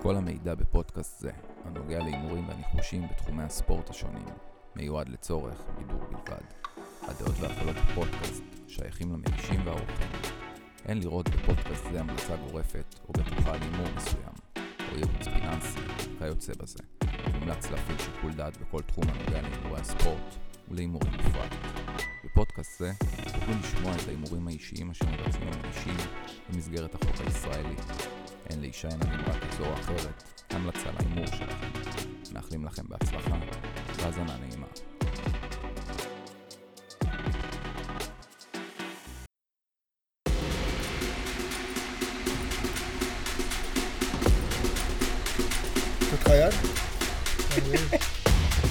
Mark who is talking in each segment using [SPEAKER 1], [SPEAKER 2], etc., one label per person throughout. [SPEAKER 1] כל המידע בפודקאסט זה, הנוגע להימורים והניחושים בתחומי הספורט השונים, מיועד לצורך בידור בלבד. הדעות והפעלות בפודקאסט שייכים למגישים והאורחים. אין לראות בפודקאסט זה המלצה גורפת, או בטוחה על הימור מסוים, או ייעוץ פיננסי, כיוצא בזה. מומלץ להפעיל שיקול דעת בכל תחום הנוגע להימורי הספורט, ולהימורים בפרט. בפודקאסט זה תוכלו לשמוע את ההימורים האישיים אשר מבצעים המגישים במסגרת החוק הישראלי. אין להישען על אמרה כזו או אחרת, המלצה להימור שלכם. מאחלים לכם בהצלחה, והאזנה נעימה.
[SPEAKER 2] לתת לך יד?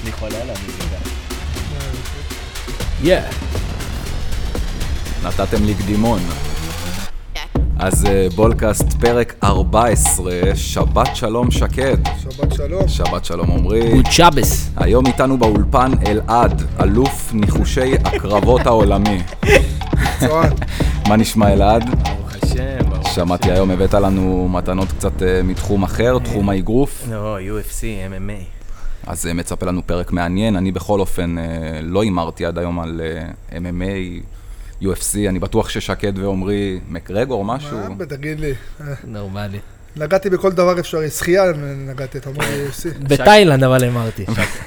[SPEAKER 3] אני חולה עליו, אני יודע.
[SPEAKER 1] יא! נתתם לי קדימון. אז אה, בולקאסט פרק 14, שבת שלום שקד.
[SPEAKER 2] שבת שלום.
[SPEAKER 1] שבת שלום עמרי.
[SPEAKER 4] גוד שבס.
[SPEAKER 1] היום איתנו באולפן אלעד, אלוף ניחושי הקרבות העולמי.
[SPEAKER 2] צוען.
[SPEAKER 1] מה נשמע אלעד?
[SPEAKER 3] ברוך השם, ברוך השם.
[SPEAKER 1] שמעתי היום הבאת לנו מתנות קצת אה, מתחום אחר,
[SPEAKER 4] כן.
[SPEAKER 1] תחום האגרוף.
[SPEAKER 3] לא, UFC, MMA.
[SPEAKER 1] אז אה, מצפה לנו פרק מעניין. אני בכל אופן אה, לא הימרתי עד היום על אה, MMA, UFC, אני בטוח ששקד ועמרי מקרגור משהו.
[SPEAKER 2] מה, תגיד לי. אה,
[SPEAKER 4] נורמלי.
[SPEAKER 2] נגעתי בכל דבר אפשרי. שחייה נגעתי, אתה אומר לי UFC.
[SPEAKER 4] בתאילנד אבל אמרתי.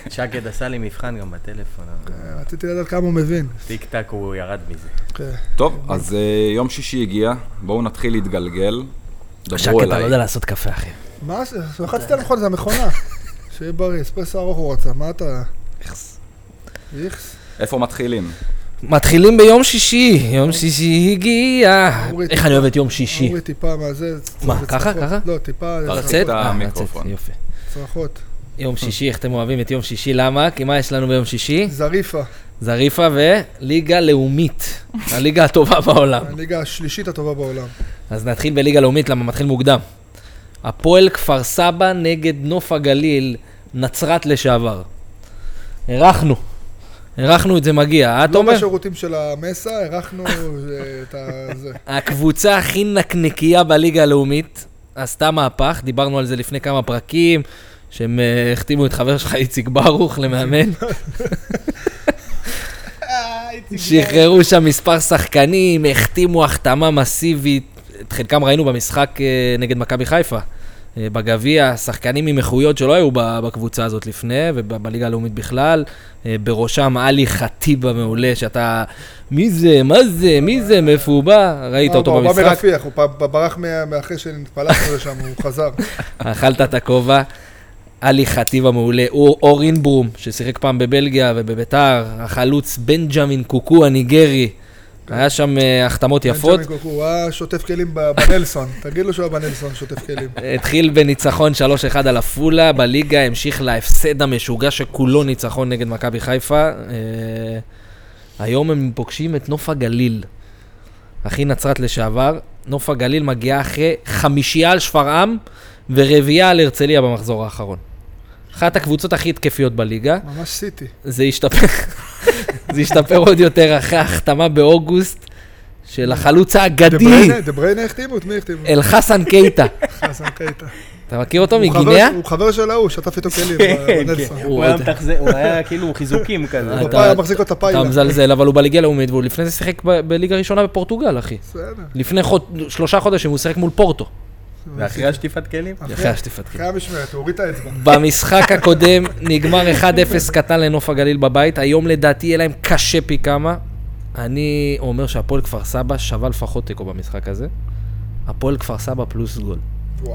[SPEAKER 3] שקד עשה לי מבחן גם בטלפון, אבל
[SPEAKER 2] רציתי לדעת כמה הוא מבין.
[SPEAKER 3] טיק טק הוא ירד מזה.
[SPEAKER 2] כן.
[SPEAKER 1] טוב, אז אה, יום שישי הגיע, בואו נתחיל להתגלגל.
[SPEAKER 4] שקט,
[SPEAKER 1] דברו
[SPEAKER 4] אתה לא
[SPEAKER 1] אליי.
[SPEAKER 4] יודע לעשות קפה, אחי.
[SPEAKER 2] מה, זה- לחצתי
[SPEAKER 4] אוקיי.
[SPEAKER 2] על המכונה, זה המכונה. שיהיה בריא, אספרסו ארוך הוא רצה, מה אתה? איכס.
[SPEAKER 1] איפה מתחילים?
[SPEAKER 4] אה. מתחילים ביום שישי, יום שישי הגיע.
[SPEAKER 2] אורי,
[SPEAKER 4] איך אני אוהב את יום שישי.
[SPEAKER 2] אמרו לי טיפה מה זה. צ-
[SPEAKER 4] מה,
[SPEAKER 2] זה
[SPEAKER 4] ככה,
[SPEAKER 2] צרחות.
[SPEAKER 4] ככה?
[SPEAKER 2] לא, טיפה זה
[SPEAKER 1] לצאת?
[SPEAKER 2] צרחות,
[SPEAKER 1] את
[SPEAKER 4] אה,
[SPEAKER 1] המיקרופון.
[SPEAKER 4] לצאת, יופי.
[SPEAKER 2] צרחות.
[SPEAKER 4] יום שישי, איך אתם אוהבים את יום שישי, למה? כי מה יש לנו ביום שישי?
[SPEAKER 2] זריפה,
[SPEAKER 4] אה. זריפה וליגה לאומית. הליגה הטובה בעולם.
[SPEAKER 2] הליגה השלישית הטובה בעולם.
[SPEAKER 4] אז נתחיל בליגה לאומית, למה מתחיל מוקדם. הפועל כפר סבא נגד נוף הגליל, נצרת לשעבר. אירחנו. אירחנו את זה מגיע, אה,
[SPEAKER 2] לא
[SPEAKER 4] תומר?
[SPEAKER 2] בשירותים של המסע, אירחנו אה, את ה... זה.
[SPEAKER 4] הקבוצה הכי נקניקייה בליגה הלאומית עשתה מהפך, דיברנו על זה לפני כמה פרקים, שהם אה, החתימו את חבר שלך איציק ברוך למאמן. שחררו שם מספר שחקנים, החתימו החתמה מסיבית, את חלקם ראינו במשחק אה, נגד מכבי חיפה. אה, בגביע, שחקנים עם איכויות שלא היו ב- בקבוצה הזאת לפני, ובליגה הלאומית בכלל. אה, בראשם עלי חטיב המעולה, שאתה... מי זה? מה זה? מי זה? מאיפה הוא בא? ראית אותו
[SPEAKER 2] הוא בא
[SPEAKER 4] במשחק?
[SPEAKER 2] מרפיח, לא, הוא פ- ברח מה- מאחרי שנתפלחנו לשם, הוא חזר.
[SPEAKER 4] אכלת את הכובע. עלי חטיב המעולה, אור, אורין ברום, ששיחק פעם בבלגיה ובביתר, החלוץ בנג'מין קוקו הניגרי. היה שם אה, החתמות יפות.
[SPEAKER 2] בנג'מין קוקו, הוא היה שוטף כלים ב- בנלסון, תגיד לו שהוא היה בנלסון שוטף כלים.
[SPEAKER 4] התחיל בניצחון 3-1 על עפולה, בליגה המשיך להפסד המשוגע שכולו ניצחון נגד מכבי חיפה. אה, היום הם פוגשים את נוף הגליל, אחי נצרת לשעבר. נוף הגליל מגיעה אחרי חמישייה על שפרעם ורביעייה על הרצליה במחזור האחרון. אחת הקבוצות הכי התקפיות בליגה.
[SPEAKER 2] ממש סיטי.
[SPEAKER 4] זה ישתפר, זה ישתפר עוד יותר אחרי ההחתמה באוגוסט של החלוץ
[SPEAKER 2] דה
[SPEAKER 4] האגדי,
[SPEAKER 2] בריינה- דה בריינה החתימו? את מי החתימו?
[SPEAKER 4] כן. אלחסן קייטה.
[SPEAKER 2] חסן קייטה.
[SPEAKER 4] אתה מכיר אותו
[SPEAKER 2] הוא חבר-
[SPEAKER 4] מגינאה?
[SPEAKER 2] הוא חבר של ההוא, שטף איתו כלים ב- בנלסון.
[SPEAKER 4] לא, כן.
[SPEAKER 3] הוא היה מתחזק, הוא היה כאילו חיזוקים כזה.
[SPEAKER 2] הוא
[SPEAKER 4] אתה-
[SPEAKER 2] בפאי- מחזיק לו את הפיילה.
[SPEAKER 4] אתה מזלזל, אבל הוא בליגה הלאומית, והוא לפני זה שיחק ב- בליגה ראשונה בפורטוגל, אחי.
[SPEAKER 2] בסדר.
[SPEAKER 4] לפני חוד- שלושה חודשים הוא שיחק מול פורטו.
[SPEAKER 3] ואחרי השטיפת כלים?
[SPEAKER 4] אחרי השטיפת כלים.
[SPEAKER 2] אחרי המשמרת, הוא הוריד את האצבע.
[SPEAKER 4] במשחק הקודם נגמר 1-0 קטן לנוף הגליל בבית, היום לדעתי יהיה להם קשה פי כמה. אני אומר שהפועל כפר סבא שווה לפחות תיקו במשחק הזה. הפועל כפר סבא פלוס גול.
[SPEAKER 2] וואו,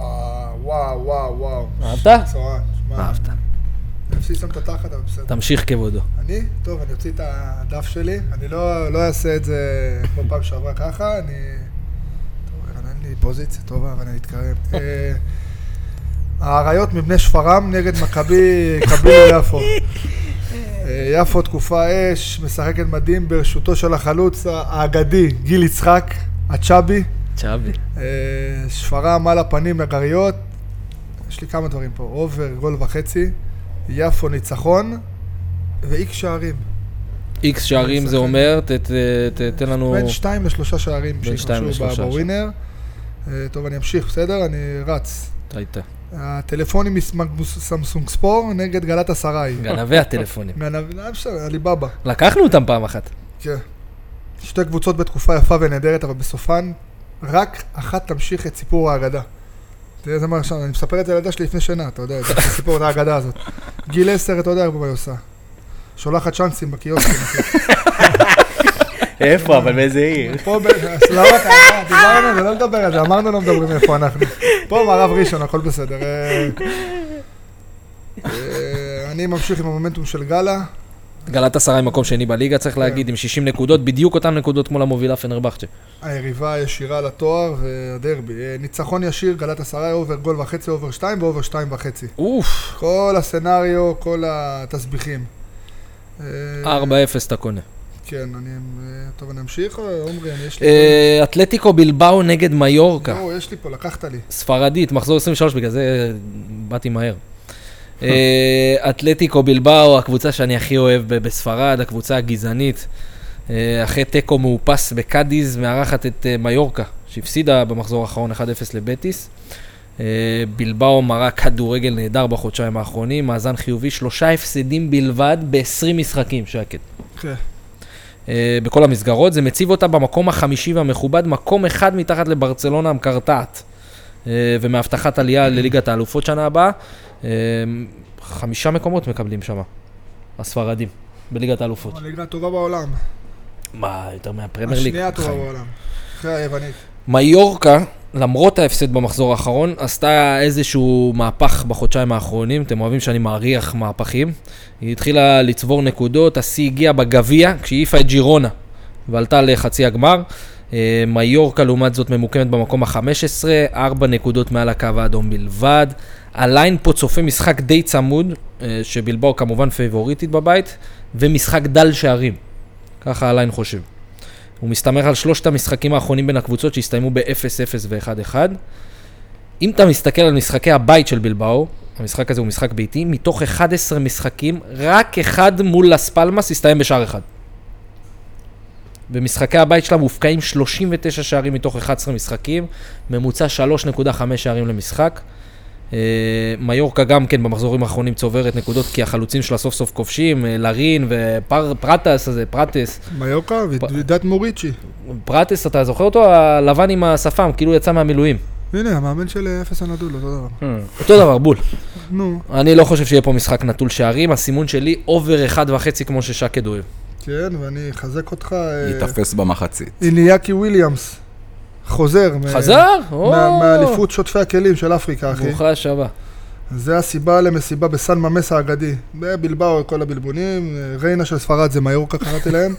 [SPEAKER 2] וואו, וואו, וואו.
[SPEAKER 4] אהבת?
[SPEAKER 2] צהריים, שמע.
[SPEAKER 4] אהבת.
[SPEAKER 2] אפסי שם את התחת, אבל בסדר.
[SPEAKER 4] תמשיך כבודו.
[SPEAKER 2] אני? טוב, אני אוציא את הדף שלי. אני לא, לא אעשה את זה כמו פעם שעברה ככה, אני... טוב, יאללה, אין לי פוזיציה טובה, אבל אני אתקרב. אה, האריות מבני שפרעם נגד מכבי קביל יפו. אה, יפו תקופה אש, משחקת מדהים ברשותו של החלוץ האגדי גיל יצחק, הצ'אבי.
[SPEAKER 4] צ'אבי.
[SPEAKER 2] אה, שפרעם על הפנים לגריות. יש לי כמה דברים פה, אובר, גול וחצי, יפו ניצחון ואיקס שערים.
[SPEAKER 4] איקס שערים זה אומר, ת- ת- ת- תן לנו...
[SPEAKER 2] בין שתיים לשלושה שערים
[SPEAKER 4] בין שתיים
[SPEAKER 2] שהתרחשו
[SPEAKER 4] לשלושה
[SPEAKER 2] בווינר. אה, טוב, אני אמשיך, בסדר? אני רץ.
[SPEAKER 4] טעית.
[SPEAKER 2] הטלפונים מסמסונג ספור נגד גלת אסריי.
[SPEAKER 4] גנבי הטלפונים.
[SPEAKER 2] גנב, לא בסדר, עליבאבא.
[SPEAKER 4] לקחנו אותם פעם אחת.
[SPEAKER 2] כן. שתי קבוצות בתקופה יפה ונהדרת, אבל בסופן רק אחת תמשיך את סיפור האגדה. תראה, זה מה עכשיו, אני מספר את זה לילדה שלי לפני שינה, אתה יודע, את סיפור את האגדה הזאת. גיל 10, אתה יודע מה היא עושה. שולחת צ'אנסים בקיוסקים.
[SPEAKER 3] איפה, אבל באיזה עיר?
[SPEAKER 2] פה, ב- אז למה אתה, דיברנו, זה לא לדבר על זה, אמרנו לא מדברים איפה אנחנו. פה מערב ראשון, הכל בסדר. אה, אה, אני ממשיך עם המומנטום של גאלה.
[SPEAKER 4] גלת עשרה מקום שני בליגה, צריך להגיד, עם 60 נקודות, בדיוק אותן נקודות כמו למובילה פנרבכצ'ה.
[SPEAKER 2] היריבה הישירה לתואר והדרבי. אה, ניצחון ישיר, גלת עשרה, אובר גול וחצי, אובר שתיים ואובר שתיים וחצי.
[SPEAKER 4] אוף,
[SPEAKER 2] כל הסצנריו, כל התסביכים. אה,
[SPEAKER 4] 4-0 אתה קונה.
[SPEAKER 2] כן, אני... אה, טוב, אני אמשיך או עומרי, אני יש לי...
[SPEAKER 4] אה, אתלטיקו בלבאו נגד מיורקה,
[SPEAKER 2] לא, יש לי פה, לקחת לי.
[SPEAKER 4] ספרדית, מחזור 23, בגלל זה אה, באתי מהר. אה, אתלטיקו בלבאו, הקבוצה שאני הכי אוהב ב- בספרד, הקבוצה הגזענית. אה, אחרי תיקו מאופס בקאדיז, מארחת את אה, מיורקה, שהפסידה במחזור האחרון 1-0 לבטיס. אה, בלבאו מראה כדורגל נהדר בחודשיים האחרונים, מאזן חיובי, שלושה הפסדים בלבד ב-20 משחקים, שקט.
[SPEAKER 2] כן.
[SPEAKER 4] אה, בכל המסגרות, זה מציב אותה במקום החמישי והמכובד, מקום אחד מתחת לברצלונה המקרטעת, אה, ומהבטחת עלייה לליגת האלופות שנה הבאה. אה, חמישה מקומות מקבלים שם, הספרדים, בליגת האלופות.
[SPEAKER 2] הליגה הטובה בעולם.
[SPEAKER 4] מה, יותר מהפרמייר ליג?
[SPEAKER 2] השנייה הטובה
[SPEAKER 4] חיים.
[SPEAKER 2] בעולם. אחרי היוונית.
[SPEAKER 4] מיורקה, למרות ההפסד במחזור האחרון, עשתה איזשהו מהפך בחודשיים האחרונים. אתם אוהבים שאני מעריך מהפכים. היא התחילה לצבור נקודות, השיא הגיע בגביע, כשהיא העיפה את ג'ירונה ועלתה לחצי הגמר. אה, מיורקה, לעומת זאת, ממוקמת במקום ה-15, 4 נקודות מעל הקו האדום בלבד. הליין פה צופה משחק די צמוד, אה, שבלבאו כמובן פייבוריטית בבית, ומשחק דל שערים. ככה הליין חושב. הוא מסתמך על שלושת המשחקים האחרונים בין הקבוצות שהסתיימו ב-0-0 ו-1-1. אם אתה מסתכל על משחקי הבית של בלבאו, המשחק הזה הוא משחק ביתי, מתוך 11 משחקים, רק אחד מול לס פלמאס הסתיים בשער אחד. במשחקי הבית שלה מופקעים 39 שערים מתוך 11 משחקים, ממוצע 3.5 שערים למשחק. אה, מיורקה גם כן במחזורים האחרונים צוברת נקודות כי החלוצים שלה סוף סוף כובשים, אה, לרין ופרטס הזה, פרטס.
[SPEAKER 2] מיוקה
[SPEAKER 4] פ-
[SPEAKER 2] ודת מוריצ'י.
[SPEAKER 4] פרטיס, אתה זוכר אותו? הלבן עם השפם, כאילו יצא מהמילואים.
[SPEAKER 2] הנה, המאמן של אה, אפס הנדול, אותו דבר.
[SPEAKER 4] אותו דבר, בול.
[SPEAKER 2] נו,
[SPEAKER 4] אני לא חושב שיהיה פה משחק נטול שערים, הסימון שלי אובר אחד וחצי כמו ששקד אוהב.
[SPEAKER 2] כן, ואני אחזק אותך. אה,
[SPEAKER 1] ייתפס במחצית.
[SPEAKER 2] איניאקי וויליאמס. חוזר. מ-
[SPEAKER 4] חזר? או,
[SPEAKER 2] אה, מה- מהאליפות שוטפי הכלים של אפריקה, אחי.
[SPEAKER 4] ברוכה השבה.
[SPEAKER 2] זה הסיבה למסיבה בסן ממס האגדי. בבלבאו כל הבלבונים, אה, ריינה של ספרד זה מיורקה קראתי להם.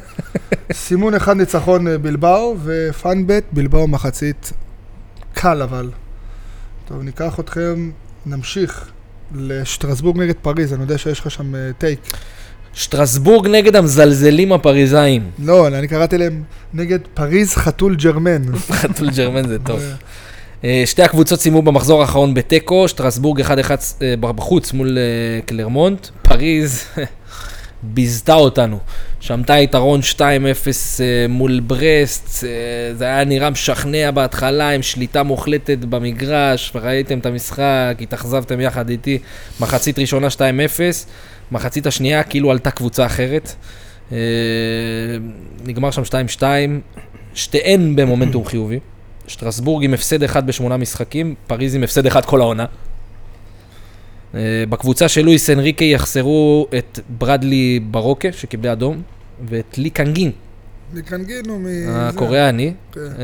[SPEAKER 2] סימון אחד ניצחון אה, בלבאו, ופאנבט בלבאו מחצית קל אבל. טוב, ניקח אתכם, נמשיך לשטרסבורג נגד פריז, אני יודע שיש לך שם אה, טייק.
[SPEAKER 4] שטרסבורג נגד המזלזלים הפריזאים.
[SPEAKER 2] לא, אני קראתי להם נגד פריז חתול ג'רמן.
[SPEAKER 4] חתול ג'רמן זה טוב. אה, שתי הקבוצות סיימו במחזור האחרון בתיקו, שטרסבורג 1-1 אה, בחוץ מול אה, קלרמונט, פריז ביזתה אותנו. שמטה יתרון 2-0 אה, מול ברסט, אה, זה היה נראה משכנע בהתחלה עם שליטה מוחלטת במגרש, וראיתם את המשחק, התאכזבתם יחד איתי, מחצית ראשונה 2-0, מחצית השנייה כאילו עלתה קבוצה אחרת. אה, נגמר שם 2-2, שתיהן במומנטום חיובי. שטרסבורג עם הפסד אחד בשמונה משחקים, פריז עם הפסד אחד כל העונה. אה, בקבוצה של לואיס אנריקה יחסרו את ברדלי ברוקה, שקיבלה אדום, ואת לי קנגין,
[SPEAKER 2] נקנגינו מ...
[SPEAKER 4] הקוריאני,
[SPEAKER 2] כן,
[SPEAKER 4] אה,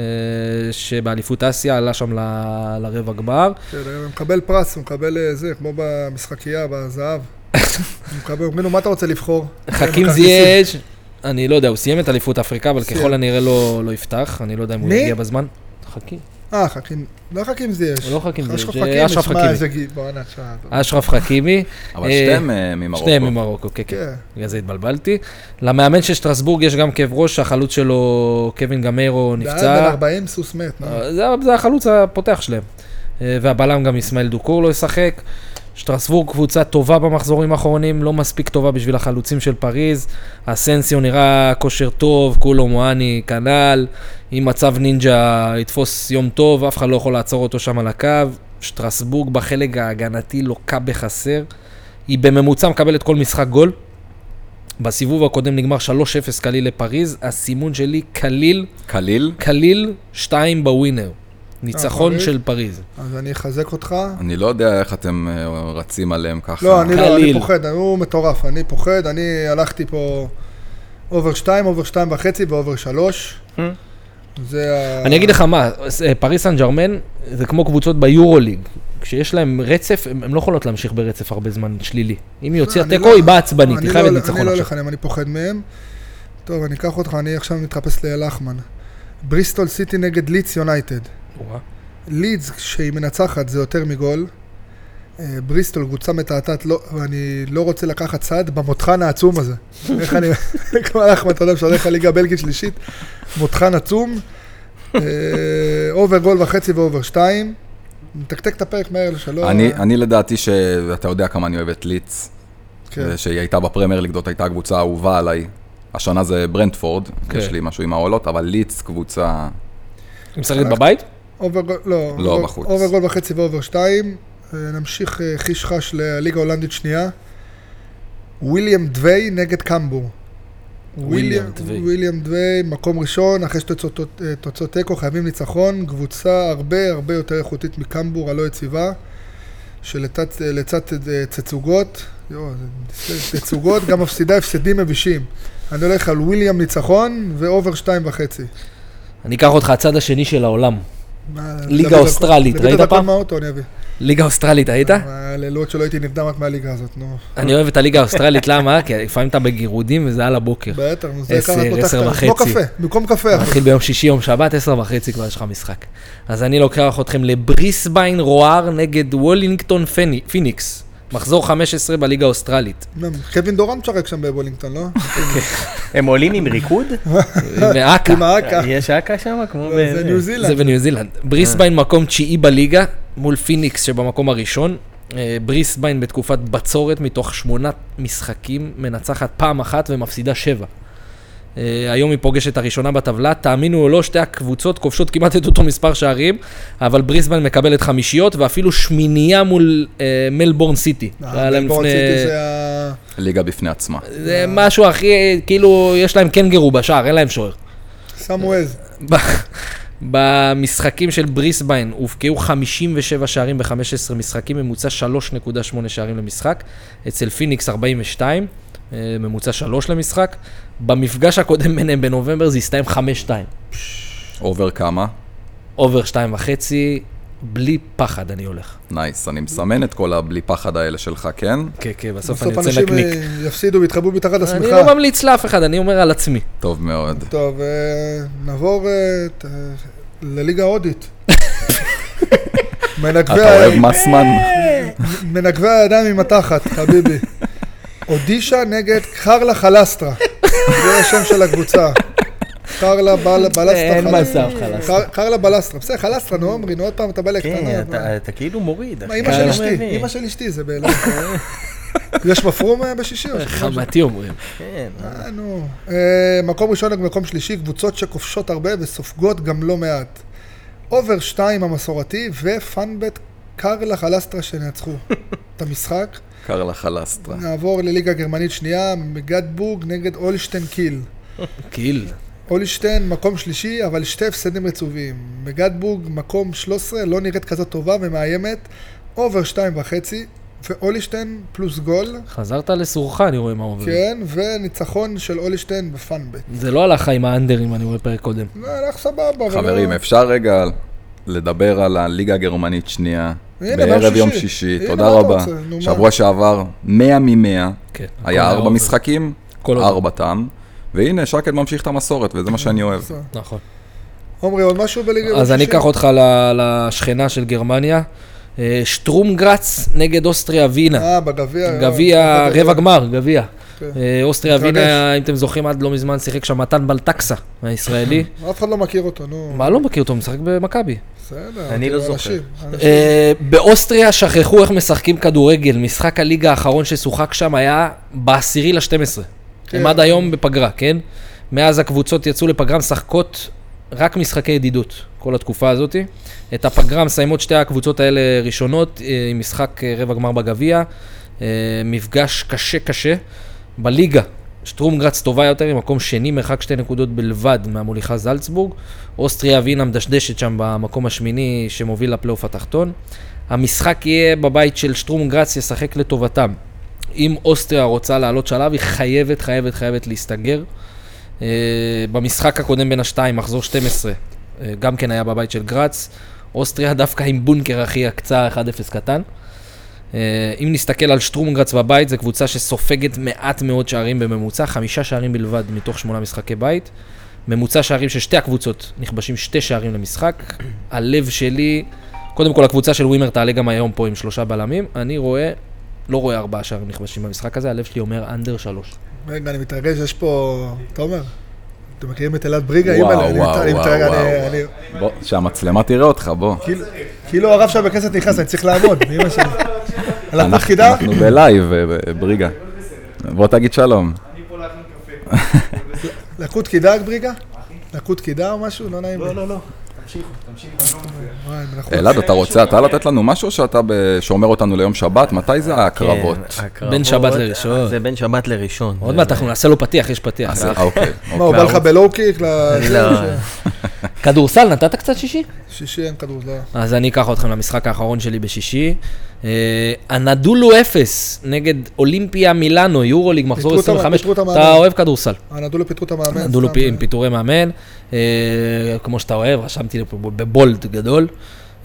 [SPEAKER 4] שבאליפות אסיה עלה שם ל- לרבע גמר.
[SPEAKER 2] כן, הוא מקבל פרס, הוא מקבל אה, זה, כמו במשחקייה, בזהב. הוא מקבל, אומרים לו, מה אתה רוצה לבחור?
[SPEAKER 4] חכים
[SPEAKER 2] כרטיסים.
[SPEAKER 4] זייג', אני לא יודע, הוא סיים את אליפות אפריקה, אבל
[SPEAKER 2] סיים.
[SPEAKER 4] ככל הנראה לא לא יפתח, אני לא יודע אם הוא
[SPEAKER 2] מי?
[SPEAKER 4] יגיע בזמן. חכים,
[SPEAKER 2] אה, חכים, לא חכים זה יש.
[SPEAKER 4] לא חכים אה,
[SPEAKER 2] אשרף
[SPEAKER 4] זייג',
[SPEAKER 2] חכים,
[SPEAKER 4] אה, אשרף
[SPEAKER 2] תשמע,
[SPEAKER 4] חכימי.
[SPEAKER 2] איזה גיל, בואנה, שעה.
[SPEAKER 4] אשרף חכימי,
[SPEAKER 1] אבל
[SPEAKER 4] אה,
[SPEAKER 1] שתיהם אה, ממרוקו.
[SPEAKER 4] שניהם ממרוקו, כן, כן.
[SPEAKER 2] כן,
[SPEAKER 4] בגלל זה התבלבלתי. למאמן של שטרסבורג יש גם כאב ראש, החלוץ שלו, קווין גמרו,
[SPEAKER 2] נפצע. בן
[SPEAKER 4] נפצע.
[SPEAKER 2] 40 סוס מת, מה?
[SPEAKER 4] אה, זה, זה החלוץ הפותח שלהם. אה, והבלם גם אסמאעיל דוקור לא ישחק. שטרסבורג קבוצה טובה במחזורים האחרונים, לא מספיק טובה בשביל החלוצים של פריז. אסנסיו נראה כושר טוב, כולו מואני כנ"ל. אם מצב נינג'ה יתפוס יום טוב, אף אחד לא יכול לעצור אותו שם על הקו. שטרסבורג בחלק ההגנתי לוקה בחסר. היא בממוצע מקבלת כל משחק גול. בסיבוב הקודם נגמר 3-0 קליל לפריז, הסימון שלי קליל,
[SPEAKER 1] קליל?
[SPEAKER 4] קליל 2 בווינר. ניצחון
[SPEAKER 2] פריז?
[SPEAKER 4] של פריז.
[SPEAKER 2] אז אני אחזק אותך.
[SPEAKER 4] אה,
[SPEAKER 1] אני לא יודע איך אתם אה, רצים עליהם ככה.
[SPEAKER 2] לא, אני לא, אני
[SPEAKER 4] קליל.
[SPEAKER 2] פוחד, הוא מטורף, אני פוחד, אני הלכתי פה אובר 2, אובר 2 וחצי ואובר 3.
[SPEAKER 3] Hmm.
[SPEAKER 2] זה ה...
[SPEAKER 4] אה? אני אגיד לך מה, אה, פריס סן ג'רמן זה כמו קבוצות ביורוליג. כשיש להם רצף, הן לא יכולות להמשיך ברצף הרבה זמן שלילי. אם היא הוציאה
[SPEAKER 2] אני
[SPEAKER 4] תיקו,
[SPEAKER 2] לא-
[SPEAKER 4] היא באה עצבנית,
[SPEAKER 2] אני
[SPEAKER 4] היא
[SPEAKER 2] לא-
[SPEAKER 4] חייבת ניצחון
[SPEAKER 2] אני לא
[SPEAKER 4] עכשיו.
[SPEAKER 2] הולך עליהם, אני פוחד מהם. טוב, אני אקח אותך, אני עכשיו מתחפש ללחמן. בריסטול סיטי נגד לידס יונייטד.
[SPEAKER 4] וואו.
[SPEAKER 2] לידס, כשהיא מנצחת, זה יותר מגול. אה, בריסטול, קבוצה מתעתעת, לא, ואני לא רוצה לקחת צעד במותחן העצום הזה. איך אני, כמו אחמד, אתה יודע, משלח לליגה הבלגית שלישית, מותחן עצום, אה, אובר גול וחצי ואובר שתיים. נתקתק את הפרק מהר
[SPEAKER 4] לא-
[SPEAKER 2] לשלום.
[SPEAKER 1] אני, אני לדעתי שאתה יודע כמה אני אוהב את ליץ,
[SPEAKER 2] כן.
[SPEAKER 1] שהיא הייתה בפרמייר ליג, זאת הייתה הקבוצה האהובה עליי. השנה זה ברנדפורד,
[SPEAKER 4] כן.
[SPEAKER 1] יש לי משהו עם העולות, אבל ליץ קבוצה...
[SPEAKER 4] היא משחקת בבית?
[SPEAKER 2] אובר גול, לא.
[SPEAKER 1] לא,
[SPEAKER 2] אובר-
[SPEAKER 1] בחוץ.
[SPEAKER 2] אובר גול וחצי ואובר שתיים. אה, נמשיך אה, חיש חש לליגה הולנדית שנייה. וויליאם דווי נגד קמבור.
[SPEAKER 4] וויליאם דווי.
[SPEAKER 2] וויליאם דווי, מקום ראשון, אחרי שתוצאות אה, תוצאות תיקו, חייבים ניצחון. קבוצה הרבה הרבה יותר איכותית מקמבור, הלא יציבה, שלצד לצד, אה, תצוגות, יואו, זה- תצוגות, גם מפסידה הפסדים מבישים. אני הולך על וויליאם ניצחון ואובר שתיים וחצי.
[SPEAKER 4] אני אקח אותך הצד השני של העולם.
[SPEAKER 2] מה,
[SPEAKER 4] ליגה
[SPEAKER 2] תביא את
[SPEAKER 4] אוסטרלית,
[SPEAKER 2] הכל- תביא את
[SPEAKER 4] ראית
[SPEAKER 2] הכל
[SPEAKER 4] פעם?
[SPEAKER 2] מהאוטו, אני אביא.
[SPEAKER 4] ליגה אוסטרלית היית?
[SPEAKER 2] אה, הלילות שלא הייתי נרדם רק מהליגה הזאת, נו.
[SPEAKER 4] אני אוהב את הליגה האוסטרלית, למה? כי לפעמים אתה בגירודים וזה על הבוקר.
[SPEAKER 2] בטח, נו, זה
[SPEAKER 4] עשר,
[SPEAKER 2] ככה פותח
[SPEAKER 4] עשר
[SPEAKER 2] את ה-
[SPEAKER 4] וחצי.
[SPEAKER 2] כמו קפה, במקום קפה. אחי.
[SPEAKER 4] מתחיל ביום שישי, יום שבת, עשר וחצי כבר יש לך משחק. אז אני לוקח אתכם לבריסביין רואר נגד וולינגטון פני- פיניקס. מחזור 15 בליגה האוסטרלית.
[SPEAKER 2] קווין דורן משחק שם בוולינגטון, לא?
[SPEAKER 3] הם עולים עם ריקוד?
[SPEAKER 4] ואכ"א,
[SPEAKER 2] עם האקה.
[SPEAKER 3] יש אכ"א שם? כמו ב...
[SPEAKER 2] זה ניו
[SPEAKER 4] זה
[SPEAKER 2] זילנד. אה.
[SPEAKER 4] בניו זילנד. בריסביין מקום תשיעי בליגה, מול פיניקס שבמקום הראשון. אה, בריסביין בתקופת בצורת, מתוך שמונה משחקים, מנצחת פעם אחת ומפסידה שבע. אה, היום היא פוגשת הראשונה בטבלה, תאמינו או לא, שתי הקבוצות כובשות כמעט את אותו מספר שערים, אבל בריסבן מקבלת חמישיות ואפילו שמינייה מול אה, מלבורן סיטי. היה להם
[SPEAKER 2] מלבורן
[SPEAKER 4] לפני-
[SPEAKER 2] אה, סיטי זה ה-
[SPEAKER 1] ליגה בפני עצמה.
[SPEAKER 4] זה משהו הכי, כאילו, יש להם קנגרו בשער, אין להם שוער.
[SPEAKER 2] סמואז.
[SPEAKER 4] ב- במשחקים של בריסביין הובקעו 57 שערים ב-15 משחקים, ממוצע 3.8 שערים למשחק, אצל פיניקס 42, אה, ממוצע 3 למשחק. במפגש הקודם ביניהם בנובמבר זה הסתיים 5-2,
[SPEAKER 1] אובר כמה?
[SPEAKER 4] אובר 2.5, בלי פחד אני הולך.
[SPEAKER 1] נייס, אני מסמן את כל הבלי פחד האלה שלך, כן?
[SPEAKER 4] כן, כן, בסוף אני
[SPEAKER 2] בסוף
[SPEAKER 4] יוצא
[SPEAKER 2] אנשים
[SPEAKER 4] נקניק.
[SPEAKER 2] אה, יפסידו ויתחבאו מתחת
[SPEAKER 4] אני לא
[SPEAKER 2] לשמיכה.
[SPEAKER 4] ממליץ לאף אחד, אני אומר על עצמי.
[SPEAKER 1] טוב מאוד.
[SPEAKER 2] טוב, אה, נעבור אה, ת- לליגה ההודית. מנגבי
[SPEAKER 1] אתה
[SPEAKER 2] ה-
[SPEAKER 1] אוהב מסמן?
[SPEAKER 2] מנגבי הידיים עם התחת, חביבי. אודישה נגד קרלה חלסטרה. זה השם של הקבוצה. קרלה בל- בלסטרה.
[SPEAKER 4] אין
[SPEAKER 2] חלסטרה.
[SPEAKER 4] מצב, חלסטרה.
[SPEAKER 2] קר- קרלה בלסטרה. בסדר, חלסטרה, נו, אומרים, עוד פעם אתה בא
[SPEAKER 3] כן,
[SPEAKER 2] לקטנה.
[SPEAKER 3] אתה- אתה כאילו מוריד.
[SPEAKER 2] מה,
[SPEAKER 3] אחי.
[SPEAKER 2] אמא
[SPEAKER 4] קרלה.
[SPEAKER 2] של
[SPEAKER 3] לא
[SPEAKER 2] אשתי,
[SPEAKER 3] מבין.
[SPEAKER 2] אמא של אשתי זה באלף. יש מפרום אה, בשישי או ש...
[SPEAKER 4] חמתי אומרים.
[SPEAKER 3] כן,
[SPEAKER 2] אה, נו. אה, מקום ראשון ומקום שלישי, קבוצות שכובשות הרבה וסופגות גם לא מעט. אובר 2 המסורתי ופאנבט קרלה חלסטרה שנצחו את המשחק.
[SPEAKER 1] קרלה חלסטרה.
[SPEAKER 2] נעבור לליגה גרמנית שנייה, מגדבורג נגד אולשטיין קיל.
[SPEAKER 4] קיל.
[SPEAKER 2] אולשטיין מקום שלישי, אבל שתי הפסדים רצובים. מגדבורג מקום 13, לא נראית כזאת טובה ומאיימת, אובר שתיים וחצי, ואולישטיין פלוס גול,
[SPEAKER 4] חזרת לסורך, אני רואה מה עובר.
[SPEAKER 2] כן, וניצחון של אולישטיין בפאנבט.
[SPEAKER 4] זה לא הלך עם האנדרים, אני רואה פרק קודם.
[SPEAKER 2] לא, הלך סבבה. אבל
[SPEAKER 1] חברים,
[SPEAKER 2] לא-
[SPEAKER 1] אפשר רגע לדבר על הליגה הגרמנית שנייה,
[SPEAKER 2] הנה,
[SPEAKER 1] בערב
[SPEAKER 2] ביום
[SPEAKER 1] יום
[SPEAKER 2] שישי.
[SPEAKER 1] שישי,
[SPEAKER 2] הנה,
[SPEAKER 1] תודה
[SPEAKER 2] מה אתה
[SPEAKER 1] רבה.
[SPEAKER 2] רוצה? נו, מה?
[SPEAKER 1] שבוע שעבר, 100 מ-100,
[SPEAKER 4] כן.
[SPEAKER 1] היה
[SPEAKER 4] הכל
[SPEAKER 1] ארבע
[SPEAKER 4] עובר.
[SPEAKER 1] משחקים,
[SPEAKER 4] הכל עובר.
[SPEAKER 1] ארבע תם, והנה, שקד ממשיך את המסורת, וזה מה שאני אוהב.
[SPEAKER 2] כן, בסדר.
[SPEAKER 4] נכון.
[SPEAKER 2] עומרי, עוד משהו בליגה
[SPEAKER 4] אז אני
[SPEAKER 2] בשישי?
[SPEAKER 4] אקח אותך ל- לשכנה של גרמניה. אה, שטרומגרץ נגד אוסטריה ווינה.
[SPEAKER 2] אה, בגביע.
[SPEAKER 4] גביע,
[SPEAKER 2] אה,
[SPEAKER 4] רבע גמר, גביע.
[SPEAKER 2] כן.
[SPEAKER 4] אה, אוסטריה
[SPEAKER 2] מתרגש.
[SPEAKER 4] ווינה, אם אתם זוכרים, עד לא מזמן שיחק שם מתן בלטקסה, הישראלי.
[SPEAKER 2] אף אחד לא מכיר אותו, נו.
[SPEAKER 4] מה, לא מכיר אותו, הוא משחק במכבי.
[SPEAKER 2] אה, בסדר. כאילו,
[SPEAKER 3] אני לא
[SPEAKER 2] אנשים,
[SPEAKER 3] זוכר.
[SPEAKER 2] אנשים.
[SPEAKER 4] אה, באוסטריה שכחו איך משחקים כדורגל. משחק הליגה האחרון ששוחק שם היה בעשירי ל-12.
[SPEAKER 2] כן.
[SPEAKER 4] הם עד היום בפגרה, כן? מאז הקבוצות יצאו לפגרה, משחקות רק משחקי ידידות, כל התקופה הזאת. את הפגרה מסיימות שתי הקבוצות האלה ראשונות, אה, עם משחק אה, רבע גמר בגביע, אה, מפגש קשה קשה. בליגה, שטרום גראץ טובה יותר, עם מקום שני, מרחק שתי נקודות בלבד מהמוליכה זלצבורג. אוסטריה ווינה מדשדשת שם במקום השמיני שמוביל לפלייאוף התחתון. המשחק יהיה בבית של שטרום גראץ, ישחק לטובתם. אם אוסטריה רוצה לעלות שלב, היא חייבת, חייבת, חייבת להסתגר. אה, במשחק הקודם בין השתיים, מחזור 12, אה, גם כן היה בבית של גראץ. אוסטריה דווקא עם בונקר אחי הקצה 1-0 קטן. אה, אם נסתכל על שטרומגרץ בבית, זו קבוצה שסופגת מעט מאוד שערים בממוצע, חמישה שערים בלבד מתוך שמונה משחקי בית. ממוצע שערים של שתי הקבוצות, נכבשים שתי שערים למשחק. הלב שלי, קודם כל הקבוצה של ווימר תעלה גם היום פה עם שלושה בלמים. אני רואה, לא רואה ארבעה שערים נכבשים במשחק הזה, הלב שלי אומר אנדר שלוש.
[SPEAKER 2] רגע, אני מתרגש, יש פה... תומר, אתם מכירים את אלעד בריגה?
[SPEAKER 1] וואו,
[SPEAKER 2] אימא'לה, אני
[SPEAKER 1] וואו,
[SPEAKER 2] מת- אני
[SPEAKER 1] וואו,
[SPEAKER 2] מתרגש,
[SPEAKER 1] וואו,
[SPEAKER 2] אני-
[SPEAKER 1] וואו.
[SPEAKER 2] אני...
[SPEAKER 1] בוא, שהמצלמה תראה אותך, בוא.
[SPEAKER 2] כאילו- כאילו הרב שם בכנסת נכנס, אני צריך לעמוד, אמא שלי. הלכת
[SPEAKER 1] אנחנו-
[SPEAKER 2] חידה?
[SPEAKER 1] אנחנו בלייב, אה, ב- בריגה. בוא תגיד שלום.
[SPEAKER 2] לקחו תקידה, בריגה? לקחו תקידה או משהו? לא נעים לי.
[SPEAKER 3] לא, לא.
[SPEAKER 2] וואי, הם לקחו-
[SPEAKER 1] אלעד, אתה רוצה אתה לתת לנו משהו, או שאתה ב- שומר אותנו ליום שבת? מתי
[SPEAKER 2] כן,
[SPEAKER 1] זה הקרבות?
[SPEAKER 2] אה,
[SPEAKER 4] בין שבת לראשון.
[SPEAKER 3] אה, זה בין שבת לראשון.
[SPEAKER 4] עוד מעט אנחנו נעשה לו פתיח, יש פתיח.
[SPEAKER 1] אז, אה, אוקיי.
[SPEAKER 2] מה, הוא בא לך בלואו קיק?
[SPEAKER 3] לא,
[SPEAKER 4] כדורסל, נתת קצת שישי?
[SPEAKER 2] שישי אין כדור, לא.
[SPEAKER 4] אז אני אקח אתכם למשחק האחרון שלי בשישי. אה, הנדולו אפס נגד אולימפיה מילאנו, יורוליג, מחזור
[SPEAKER 2] פיטרו את המ-
[SPEAKER 4] 25.
[SPEAKER 2] פיטרו את המאמן.
[SPEAKER 4] אתה אוהב כדורסל.
[SPEAKER 2] הנדולו פיטרו אה, את המאמן.
[SPEAKER 4] נדולו
[SPEAKER 2] סתם,
[SPEAKER 4] פי- עם פיטורי מאמן, אה, כמו שאתה אוהב, רשמתי לפה בבולד גדול.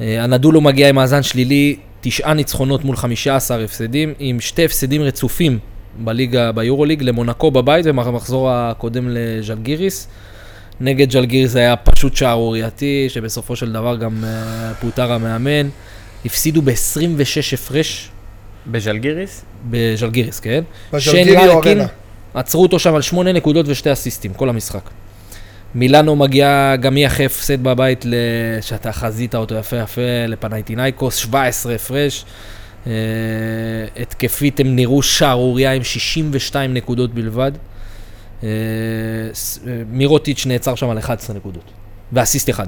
[SPEAKER 4] אה, הנדולו מגיע עם מאזן שלילי, תשעה ניצחונות מול 15 הפסדים, עם שתי הפסדים רצופים בליגה, ביורוליג, למונקו בבית ובמחזור הקודם לז'לגיריס. נגד ג'לגיריס זה היה פשוט שערורייתי, שבסופו של דבר גם אה, פוטר המאמן. הפסידו ב-26 הפרש
[SPEAKER 3] בז'לגיריס?
[SPEAKER 4] בז'לגיריס, כן?
[SPEAKER 2] בז'לגירי
[SPEAKER 4] שיין
[SPEAKER 2] או
[SPEAKER 4] לארקין,
[SPEAKER 2] ארנה?
[SPEAKER 4] עצרו אותו שם על שמונה נקודות ושתי אסיסטים, כל המשחק. מילאנו מגיעה גם היא אחרי הפסד בבית, ל- שאתה חזית אותו יפה יפה, לפנייטינייקוס, 17 הפרש. אה, התקפית הם נראו שערורייה עם 62 נקודות בלבד. אה, ס- אה, מירוטיץ' נעצר שם על 11 נקודות, ואסיסט אחד.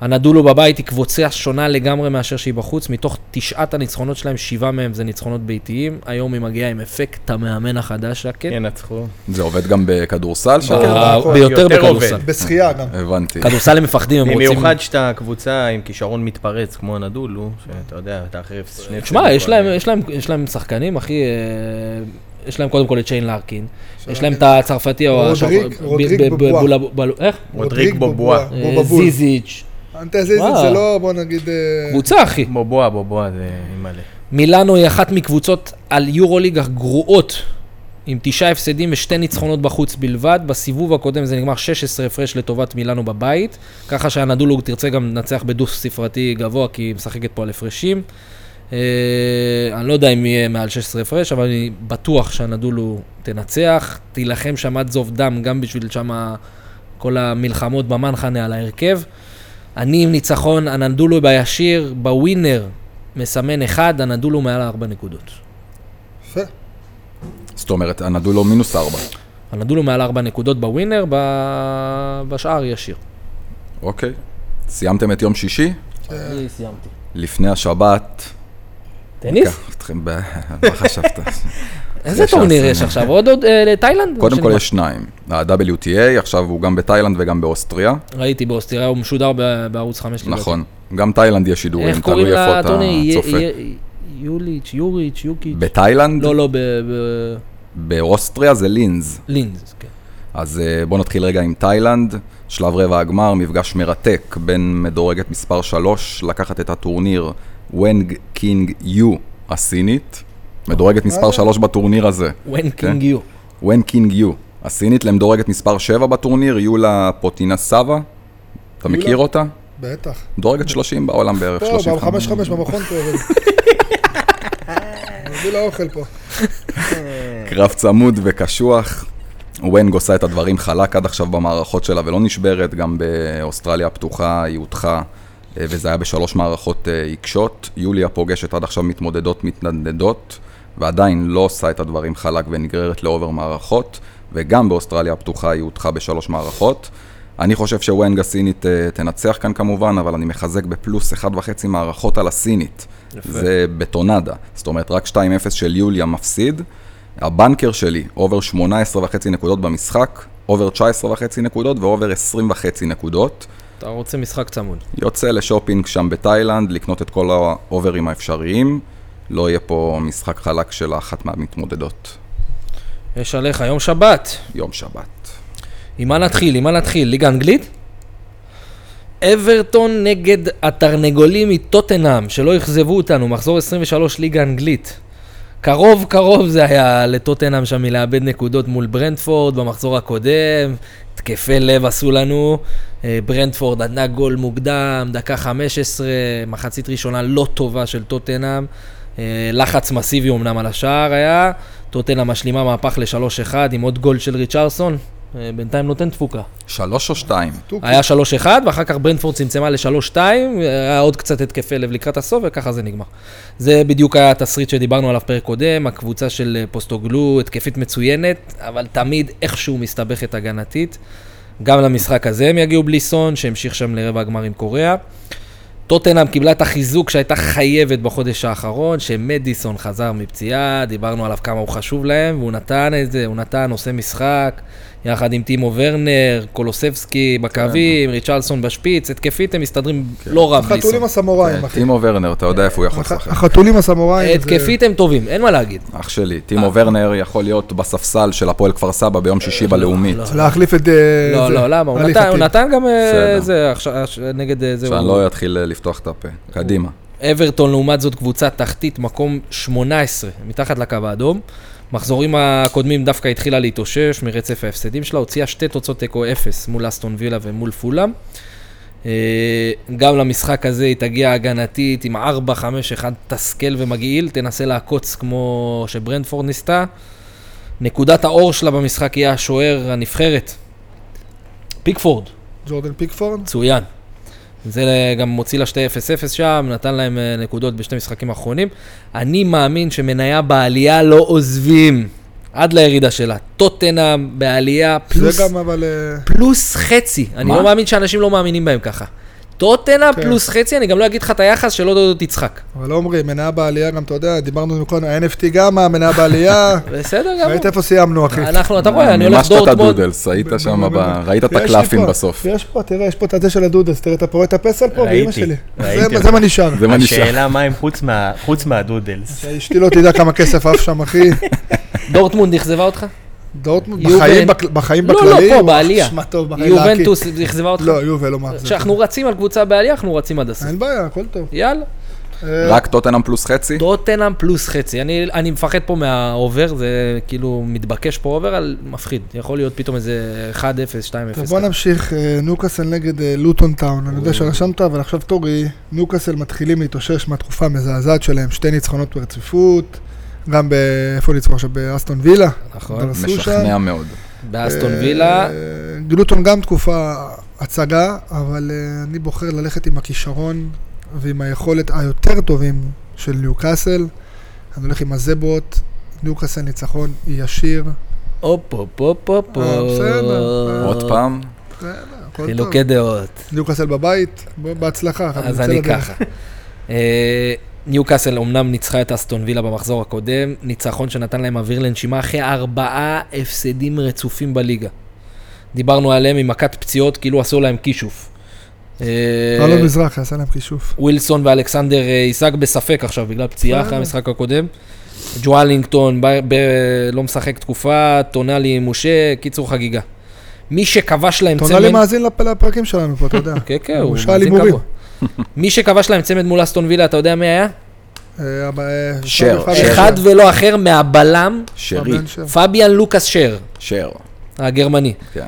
[SPEAKER 4] הנדולו בבית היא קבוצה שונה לגמרי מאשר שהיא בחוץ. מתוך תשעת הניצחונות שלהם, שבעה מהם זה ניצחונות ביתיים. היום היא מגיעה עם אפקט המאמן החדש, אה, כן, שקט.
[SPEAKER 3] כן. ינצחו.
[SPEAKER 1] זה עובד גם בכדורסל?
[SPEAKER 3] כן,
[SPEAKER 1] שם?
[SPEAKER 4] ב- ביותר
[SPEAKER 3] אה, יותר
[SPEAKER 4] בכדורסל.
[SPEAKER 3] עובד.
[SPEAKER 2] בשחייה גם.
[SPEAKER 1] הבנתי.
[SPEAKER 4] כדורסל הם מפחדים, הם רוצים...
[SPEAKER 3] במיוחד שאתה קבוצה עם כישרון מתפרץ כמו הנדולו, שאתה יודע, אתה אחרי שני...
[SPEAKER 4] תשמע,
[SPEAKER 3] הפסדים
[SPEAKER 4] יש
[SPEAKER 3] כבר.
[SPEAKER 4] להם, יש, להם, יש להם שחקנים, אחי... אה, יש להם קודם כל את שיין לארקין. יש להם את
[SPEAKER 2] ה...
[SPEAKER 4] הצרפתי או...
[SPEAKER 2] רודריג-
[SPEAKER 4] השחור- ב-
[SPEAKER 2] רודריג
[SPEAKER 4] ב- ב-
[SPEAKER 2] בובואה.
[SPEAKER 4] בולה- בולה- איך?
[SPEAKER 3] רודריג בובואה.
[SPEAKER 4] אה,
[SPEAKER 2] בובול.
[SPEAKER 4] זיזיץ'.
[SPEAKER 2] אה. אנטזיזם
[SPEAKER 4] וואו.
[SPEAKER 2] זה לא, בוא נגיד... אה,
[SPEAKER 4] קבוצה, אחי.
[SPEAKER 3] בובואה, בובואה, זה אימא'לה.
[SPEAKER 4] מילאנו היא אחת מקבוצות על יורוליג הגרועות, עם תשעה הפסדים ושתי ניצחונות בחוץ בלבד. בסיבוב הקודם זה נגמר 16 הפרש לטובת מילאנו בבית, ככה שהנדולו תרצה גם לנצח בדו-ספרתי גבוה, כי היא משחקת פה על הפרשים. אה, אני לא יודע אם יהיה מעל 16 הפרש, אבל אני בטוח שהנדולו תנצח. תילחם שם עד זוב דם, גם בשביל שמה כל המלחמות במנחנה על ההרכב. אני עם ניצחון, הנדולו בישיר, בווינר, מסמן אחד, הנדולו מעל ארבע נקודות.
[SPEAKER 2] יפה.
[SPEAKER 1] זאת אומרת, הנדולו מינוס ארבע.
[SPEAKER 4] הנדולו מעל ארבע נקודות בווינר, ב... בשאר ישיר.
[SPEAKER 1] כן. אוקיי. סיימתם את יום שישי?
[SPEAKER 4] אני סיימתי.
[SPEAKER 1] לפני השבת.
[SPEAKER 4] טניס?
[SPEAKER 1] אקח אתכם ב... מה חשבת?
[SPEAKER 2] לא
[SPEAKER 4] איזה
[SPEAKER 1] שעשינו.
[SPEAKER 4] טורניר יש עכשיו? עוד עוד אה, תאילנד?
[SPEAKER 1] קודם כל
[SPEAKER 4] שנגמר.
[SPEAKER 1] יש שניים. ה-WTA, עכשיו הוא גם בתאילנד וגם באוסטריה.
[SPEAKER 4] ראיתי באוסטריה, הוא משודר ב- בערוץ חמש. לדעתי.
[SPEAKER 1] נכון. גם תאילנד יש
[SPEAKER 4] איך
[SPEAKER 1] שידורים,
[SPEAKER 4] קוראים
[SPEAKER 1] תלוי איפה אתה
[SPEAKER 4] לטורניר?
[SPEAKER 1] צופה.
[SPEAKER 4] י- י- יוליץ', יוריץ', יוקיץ'.
[SPEAKER 1] בתאילנד?
[SPEAKER 4] לא, לא, בלינז.
[SPEAKER 1] באוסטריה זה לינז.
[SPEAKER 4] כן.
[SPEAKER 1] אז אה, בואו נתחיל רגע עם תאילנד. שלב רבע הגמר, מפגש מרתק בין מדורגת מספר 3, לקחת את הטורניר ונג קינג יו הסינית. מדורגת מספר 3 בטורניר הזה.
[SPEAKER 4] ון קינג יו.
[SPEAKER 1] ון קינג יו, הסינית למדורגת מספר 7 בטורניר, יולה פוטינה סאבה, אתה מכיר אותה?
[SPEAKER 2] בטח.
[SPEAKER 1] מדורגת 30 בעולם בערך,
[SPEAKER 2] פה,
[SPEAKER 1] 35.
[SPEAKER 2] ב-5-5 לא, במכון פה. אבל- מביא לאוכל פה.
[SPEAKER 1] קרב צמוד וקשוח. ונג עושה את הדברים חלק עד עכשיו במערכות שלה ולא נשברת, גם באוסטרליה הפתוחה היא הודחה, אה, וזה היה בשלוש מערכות אה, עיקשות. יוליה פוגשת עד עכשיו מתמודדות מתנדנדות, ועדיין לא עושה את הדברים חלק ונגררת לאובר מערכות, וגם באוסטרליה הפתוחה היא הודחה בשלוש מערכות. אני חושב שוונג הסינית אה, תנצח כאן כמובן, אבל אני מחזק בפלוס 1.5 מערכות על הסינית.
[SPEAKER 3] יפה.
[SPEAKER 1] זה בטונדה. זאת אומרת, רק 2-0 של יוליה מפסיד. הבנקר שלי, אובר 18.5 נקודות במשחק, אובר 19.5 נקודות ואובר 20.5 נקודות.
[SPEAKER 4] אתה רוצה משחק צמוד.
[SPEAKER 1] יוצא לשופינג שם בתאילנד, לקנות את כל האוברים האפשריים. לא יהיה פה משחק חלק של אחת מהמתמודדות.
[SPEAKER 4] יש עליך יום שבת.
[SPEAKER 1] יום שבת.
[SPEAKER 4] עם מה נתחיל? עם מה נתחיל? ליגה אנגלית? אברטון נגד התרנגולים מטוטנאם, שלא אכזבו אותנו, מחזור 23 ליגה אנגלית. קרוב קרוב זה היה לטוטנאם שם מלאבד נקודות מול ברנדפורד במחזור הקודם, תקפי לב עשו לנו, אה, ברנדפורד עדנה גול מוקדם, דקה 15, מחצית ראשונה לא טובה של טוטנאם, אה, לחץ מסיבי אמנם על השער היה, טוטנאם משלימה מהפך ל-3-1 עם עוד גול של ריצ'רסון, אה, בינתיים נותן תפוקה.
[SPEAKER 1] שלוש או שתיים?
[SPEAKER 2] טוקו.
[SPEAKER 4] היה 3-1, ואחר כך ברנפורד צמצמה ל-3-2, היה עוד קצת התקפי לב לקראת הסוף, וככה זה נגמר. זה בדיוק היה התסריט שדיברנו עליו פרק קודם, הקבוצה של אה, פוסטוגלו, התקפית מצוינת, אבל תמיד איכשהו מסתבכת הגנתית. גם למשחק הזה הם יגיעו בלי סון, שהמשיך שם לרבע הגמר עם קוריאה. טוטנאם קיבלה את החיזוק שהייתה חייבת בחודש האחרון, שמדיסון חזר מפציעה, דיברנו עליו כמה הוא חשוב להם, והוא נתן את זה, הוא נתן, עושה משחק, יחד עם טימו ורנר, קולוסבסקי
[SPEAKER 2] כן.
[SPEAKER 4] בקווים, ריצ'רלסון בשפיץ, התקפית הם מסתדרים לא רע בלי
[SPEAKER 2] החתולים
[SPEAKER 4] סון.
[SPEAKER 2] הסמוראים, אחי.
[SPEAKER 1] טימו ורנר, אתה יודע איפה הוא
[SPEAKER 4] אה,
[SPEAKER 1] יכול לשחק.
[SPEAKER 2] הח- החתולים הסמוראים. זה-
[SPEAKER 4] התקפית הם טובים, אין מה להגיד.
[SPEAKER 1] אח שלי,
[SPEAKER 4] אה.
[SPEAKER 1] טימו ורנר יכול להיות בספסל של הפועל כפר סבא ביום שישי בלאומית.
[SPEAKER 4] לא,
[SPEAKER 2] זה להחליף את... אה,
[SPEAKER 4] לא,
[SPEAKER 2] זה,
[SPEAKER 4] לא, למה? הוא
[SPEAKER 2] עלי
[SPEAKER 4] נתן- הוא
[SPEAKER 2] חטיב.
[SPEAKER 4] נתן גם אה,
[SPEAKER 1] בסדר.
[SPEAKER 4] זה, עכשיו, נגד אה, זה.
[SPEAKER 1] שאני
[SPEAKER 4] הוא-
[SPEAKER 1] לא אתחיל אה, לפתוח את הפה. קדימה.
[SPEAKER 4] אברטון לעומת זאת קבוצה תחתית, מקום 18, מתחת לקו האדום. מחזורים הקודמים דווקא התחילה להתאושש מרצף ההפסדים שלה, הוציאה שתי תוצאות תיקו אפס מול אסטון וילה ומול פולאם. אה, גם למשחק הזה היא תגיע הגנתית עם 4-5-1 תסכל ומגעיל, תנסה לעקוץ כמו שברנדפורד ניסתה. נקודת האור שלה במשחק יהיה השוער הנבחרת. פיקפורד.
[SPEAKER 2] ג'ורדן פיקפורד.
[SPEAKER 4] מצוין. זה גם מוציא לה 2-0-0 שם, נתן להם אה, נקודות בשני משחקים האחרונים. אני מאמין שמניה בעלייה לא עוזבים עד לירידה שלה. טוטנאם בעלייה פלוס,
[SPEAKER 2] זה גם אבל... אה,
[SPEAKER 4] פלוס חצי. אני
[SPEAKER 1] מה?
[SPEAKER 4] לא מאמין שאנשים לא מאמינים בהם ככה. טוטנאם
[SPEAKER 2] כן.
[SPEAKER 4] פלוס חצי, אני גם לא אגיד לך את היחס שלא דודו תצחק.
[SPEAKER 2] אבל אומרי, מניה בעלייה גם, אתה יודע, דיברנו קודם, ה-NFT גם, המניה בעלייה.
[SPEAKER 4] בסדר
[SPEAKER 2] ראית
[SPEAKER 4] גמור.
[SPEAKER 2] איפה סיימנו, אחי.
[SPEAKER 4] אנחנו, אתה
[SPEAKER 2] אה,
[SPEAKER 4] רואה, אני הולך
[SPEAKER 1] מימשת את
[SPEAKER 4] דורטמונד.
[SPEAKER 1] הדודלס, היית
[SPEAKER 2] ב-
[SPEAKER 1] שם,
[SPEAKER 2] ב-
[SPEAKER 1] ב-
[SPEAKER 2] ב-
[SPEAKER 1] ראית את
[SPEAKER 2] יש לי כן.
[SPEAKER 1] הקלפים
[SPEAKER 2] פה,
[SPEAKER 1] בסוף.
[SPEAKER 2] יש פה, תראה, יש פה את הזה של הדודס, תראה, אתה רואה את הפסל פה,
[SPEAKER 3] ראיתי,
[SPEAKER 2] ואימא שלי.
[SPEAKER 3] ראיתי.
[SPEAKER 2] זה- זה מה נשאר.
[SPEAKER 1] זה מה נשאר.
[SPEAKER 3] השאלה מה הם חוץ מה- חוץ מהדודלס.
[SPEAKER 2] אשתי לא תדע כמה כסף עף שם, אחי.
[SPEAKER 4] דורטמונד אכזבה אותך?
[SPEAKER 2] דורטמונד,
[SPEAKER 4] יובן.
[SPEAKER 2] בחיים בק- בחיים
[SPEAKER 4] לא,
[SPEAKER 2] בכללי.
[SPEAKER 4] לא, פה,
[SPEAKER 2] וואו,
[SPEAKER 4] בעלייה.
[SPEAKER 2] שמע טוב, בחיים להקיא.
[SPEAKER 4] יובנטוס אכזבה אותך?
[SPEAKER 2] לא, יובל לא מאכזב.
[SPEAKER 4] כשאנחנו רצים על קבוצה בעלייה, אנחנו רצים עד הסוף.
[SPEAKER 2] אין בעיה, הכל טוב.
[SPEAKER 4] יאללה.
[SPEAKER 2] אה,
[SPEAKER 1] רק טוטנאם פלוס חצי?
[SPEAKER 4] טוטנאם פלוס חצי. אני, אני מפחד פה מהאובר, זה כאילו מתבקש פה אובר, על מפחיד. יכול להיות פתאום איזה 1-0, 2-0.
[SPEAKER 2] טוב, בוא נמשיך, אה, ניוקאסל נגד אה, לוטון טאון, אני
[SPEAKER 4] אוקיי.
[SPEAKER 2] יודע שרשמת, אבל עכשיו תורי, ניוקאסל מתחילים להתאושש מהתקופה המזעזעת שלהם, שתי ניצחונות ברציפות, גם ב... איפה ניצחו עכשיו? באסטון וילה.
[SPEAKER 4] נכון.
[SPEAKER 2] עשו
[SPEAKER 1] משכנע מאוד.
[SPEAKER 4] באסטון
[SPEAKER 2] אה,
[SPEAKER 4] וילה,
[SPEAKER 2] לוטון גם תקופה הצגה, אבל אה, אני בוחר ללכת עם הכישרון ועם היכולת היותר טובים של ניוקאסל. אני הולך עם הזברות, ניוקאסל ניצחון ישיר.
[SPEAKER 4] הופ הופ הופ הופ.
[SPEAKER 2] אה, בסדר.
[SPEAKER 1] עוד פעם,
[SPEAKER 2] הכל טוב.
[SPEAKER 4] חילוקי דעות.
[SPEAKER 2] ניוקאסל בבית, בוא, בהצלחה. אנחנו
[SPEAKER 4] אז
[SPEAKER 2] נצא
[SPEAKER 4] אני
[SPEAKER 2] לדרך.
[SPEAKER 4] ככה. אה, ניוקאסל אומנם ניצחה את אסטון וילה במחזור הקודם, ניצחון שנתן להם אוויר לנשימה אחרי ארבעה הפסדים רצופים בליגה. דיברנו עליהם עם מכת פציעות, כאילו עשו להם כישוף. אה,
[SPEAKER 2] אלון מזרחי עשה להם כישוף.
[SPEAKER 4] ווילסון ואלכסנדר אה, ישג בספק עכשיו, בגלל פציעה אחרי
[SPEAKER 2] בסדר.
[SPEAKER 4] המשחק הקודם. ג'ואלינגטון ב- ב- לא משחק תקופה, טונאלי עם משה, קיצור חגיגה. מי שכבש להם
[SPEAKER 2] תונה לי
[SPEAKER 4] צמד...
[SPEAKER 2] מאזין לפ- לפרקים שלנו פה, אתה יודע.
[SPEAKER 4] כן, כן, הוא
[SPEAKER 2] הוא שאל
[SPEAKER 4] מאזין
[SPEAKER 2] הימורים.
[SPEAKER 4] קבוע. מי שכבש להם צמד מול אסטון וילה, אתה יודע מי היה?
[SPEAKER 2] אה, אבל, אה, כן.
[SPEAKER 1] שר,
[SPEAKER 2] פאביאן
[SPEAKER 1] שר.
[SPEAKER 4] אחד ולא אחר מהבלם,
[SPEAKER 1] שרי,
[SPEAKER 2] פאביאן שר.
[SPEAKER 4] פביאן לוקאס שר,
[SPEAKER 1] שר.
[SPEAKER 4] הגרמני.
[SPEAKER 1] כן.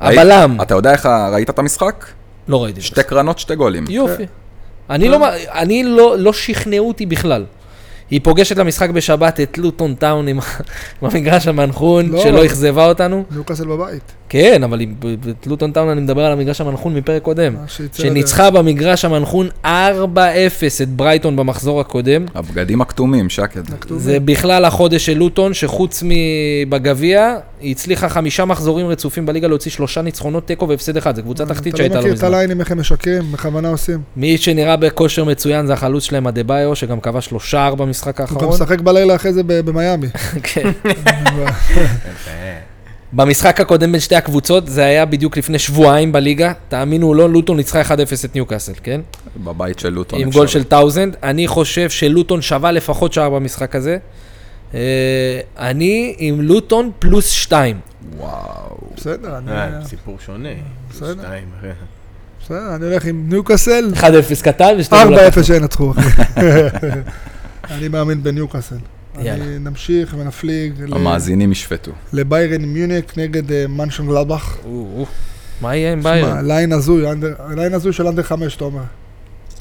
[SPEAKER 4] הבלם.
[SPEAKER 1] ראית- אתה יודע איך, ה- ראית את המשחק?
[SPEAKER 4] לא ראיתי. את זה.
[SPEAKER 2] כן.
[SPEAKER 1] שתי קרנות, שתי גולים.
[SPEAKER 4] יופי. אני לא, מ- אני לא, לא שכנעו אותי בכלל. היא פוגשת למשחק בשבת את לוטון טאון עם ה- עם המגרש המנחון,
[SPEAKER 2] לא.
[SPEAKER 4] שלא אכזבה אותנו.
[SPEAKER 2] ניוקאסל בבית.
[SPEAKER 4] כן, אבל עם- ב- ב- לוטון טאון, אני מדבר על המגרש המנחון מפרק קודם.
[SPEAKER 2] מה שיצא
[SPEAKER 4] כן. שניצחה במגרש המנחון 4-0 את ברייטון במחזור הקודם.
[SPEAKER 1] הבגדים הכתומים, שקד.
[SPEAKER 2] יודע. הכתובים.
[SPEAKER 4] זה בכלל החודש של לוטון, שחוץ מבגביע, היא הצליחה חמישה מחזורים רצופים בליגה להוציא שלושה ניצחונות תיקו והפסד אחד, זו קבוצה תחתית שהייתה
[SPEAKER 2] אתה לא
[SPEAKER 4] לא
[SPEAKER 2] מכיר את
[SPEAKER 4] מזמן.
[SPEAKER 2] הליינים, איך הם משקרים, בכוונה עושים.
[SPEAKER 4] מי שנראה בכושר מצוין זה החלוץ שלהם, אדה-ביו, שגם כבש לו שער במשחק
[SPEAKER 2] הוא גם
[SPEAKER 4] האחרון.
[SPEAKER 2] משחק בלילה אחרי זה ב- במיאמי.
[SPEAKER 4] כן. במשחק הקודם בין שתי הקבוצות, זה היה בדיוק לפני שבועיים בליגה. תאמינו או לא, לוטון ניצחה 1-0 את ניוקאסל, כן?
[SPEAKER 1] בבית של לוטון.
[SPEAKER 4] עם
[SPEAKER 1] אפשר.
[SPEAKER 4] גול של טאוזנד. אני חושב שלוטון שווה לפחות שער במשחק הזה. אה, אני עם לוטון פלוס שתיים.
[SPEAKER 1] וואו.
[SPEAKER 2] בסדר, אני-
[SPEAKER 3] אה, סיפור שונה.
[SPEAKER 2] בסדר.
[SPEAKER 3] שתיים, אחי.
[SPEAKER 2] בסדר, אני הולך עם ניוקאסל,
[SPEAKER 4] 1-0 קטן ושתיים.
[SPEAKER 2] 4-0 שינצחו, אחי. אני מאמין בניוקאסל.
[SPEAKER 4] יאללה.
[SPEAKER 2] אני נמשיך ונפליג
[SPEAKER 4] אה.
[SPEAKER 2] ל-
[SPEAKER 1] המאזינים ישפטו.
[SPEAKER 2] לביירן מיונק נגד מנשן
[SPEAKER 4] לא
[SPEAKER 2] גלבך.
[SPEAKER 4] מה יהיה עם
[SPEAKER 2] שמע,
[SPEAKER 4] ביירן?
[SPEAKER 2] ליין הזוי, אנדר- ליין הזוי של אנדר 5, תומר.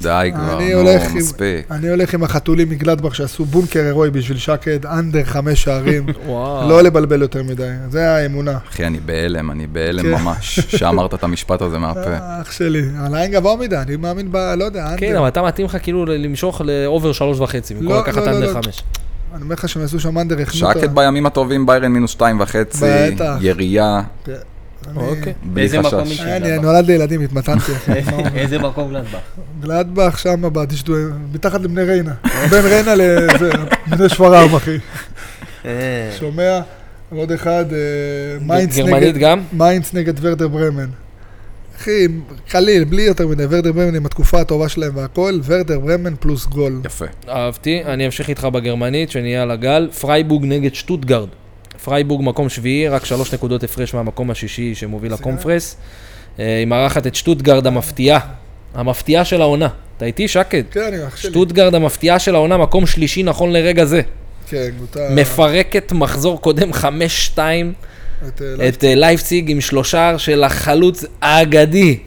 [SPEAKER 1] די כבר,
[SPEAKER 2] אני הולך עם-
[SPEAKER 1] נו, מספיק.
[SPEAKER 2] אני הולך עם החתולים מגלדבך שעשו בונקר הירואי בשביל שקד, אנדר 5 שערים.
[SPEAKER 4] וואו.
[SPEAKER 2] לא לבלבל יותר מדי, זה האמונה.
[SPEAKER 1] אחי, אני בהלם, אני בהלם
[SPEAKER 2] כן. אה,
[SPEAKER 1] ממש, שאמרת את המשפט הזה מהפה.
[SPEAKER 2] אח שלי, הליין גבוה מדי, אני מאמין ב... לא יודע,
[SPEAKER 4] אה. כן,
[SPEAKER 2] אנדר.
[SPEAKER 4] אבל אתה מתאים לך כאילו ל- למשוך לאובר שלוש וחצי, במקום
[SPEAKER 2] לא,
[SPEAKER 4] לקחת
[SPEAKER 2] לא, לא,
[SPEAKER 4] אנדר
[SPEAKER 2] לא.
[SPEAKER 4] חמש.
[SPEAKER 2] אני אומר לך שהם עשו שם אנדר, החנו
[SPEAKER 1] שקט בימים הטובים, ביירן מינוס שתיים וחצי,
[SPEAKER 2] בטח.
[SPEAKER 1] ירייה,
[SPEAKER 2] כן. אני-
[SPEAKER 4] אוקיי.
[SPEAKER 1] בלי
[SPEAKER 3] באיזה מקום
[SPEAKER 1] חשש.
[SPEAKER 3] היא?
[SPEAKER 2] היה לי- אני נולד לילדים, התמתנתי. אחי. מה הוא-
[SPEAKER 3] איזה מקום גלנדבך?
[SPEAKER 2] גלדבך שם בדשדוי, מתחת לבני ריינה.
[SPEAKER 4] אוקיי.
[SPEAKER 2] בין ריינה לזה, בני שפרעם, אחי.
[SPEAKER 3] אה,
[SPEAKER 2] שומע? עוד אחד, אה, מיינץ
[SPEAKER 4] כן. גרמנית
[SPEAKER 2] נגד...
[SPEAKER 4] גם?
[SPEAKER 2] מיינץ נגד ורדר ברמן. אחי, חליל, בלי יותר מדי, ורדר ברמן עם התקופה הטובה שלהם והכל, ורדר ברמן פלוס גול.
[SPEAKER 1] יפה.
[SPEAKER 4] אהבתי, אני אמשיך איתך בגרמנית, שנהיה על הגל. פרייבורג נגד שטוטגרד. פרייבורג מקום שביעי, רק שלוש נקודות הפרש מהמקום השישי שמוביל הקונפרס. אה, היא מארחת את שטוטגרד המפתיעה. המפתיעה של העונה. אתה איתי, שקד?
[SPEAKER 2] כן, אני אח שלי.
[SPEAKER 4] שטוטגרד המפתיעה של העונה, מקום שלישי נכון לרגע זה.
[SPEAKER 2] כן, גוטה.
[SPEAKER 4] מפרקת מחזור קודם 5-2
[SPEAKER 2] את, אה,
[SPEAKER 4] את אה, לייפציג עם שלושה של החלוץ האגדי.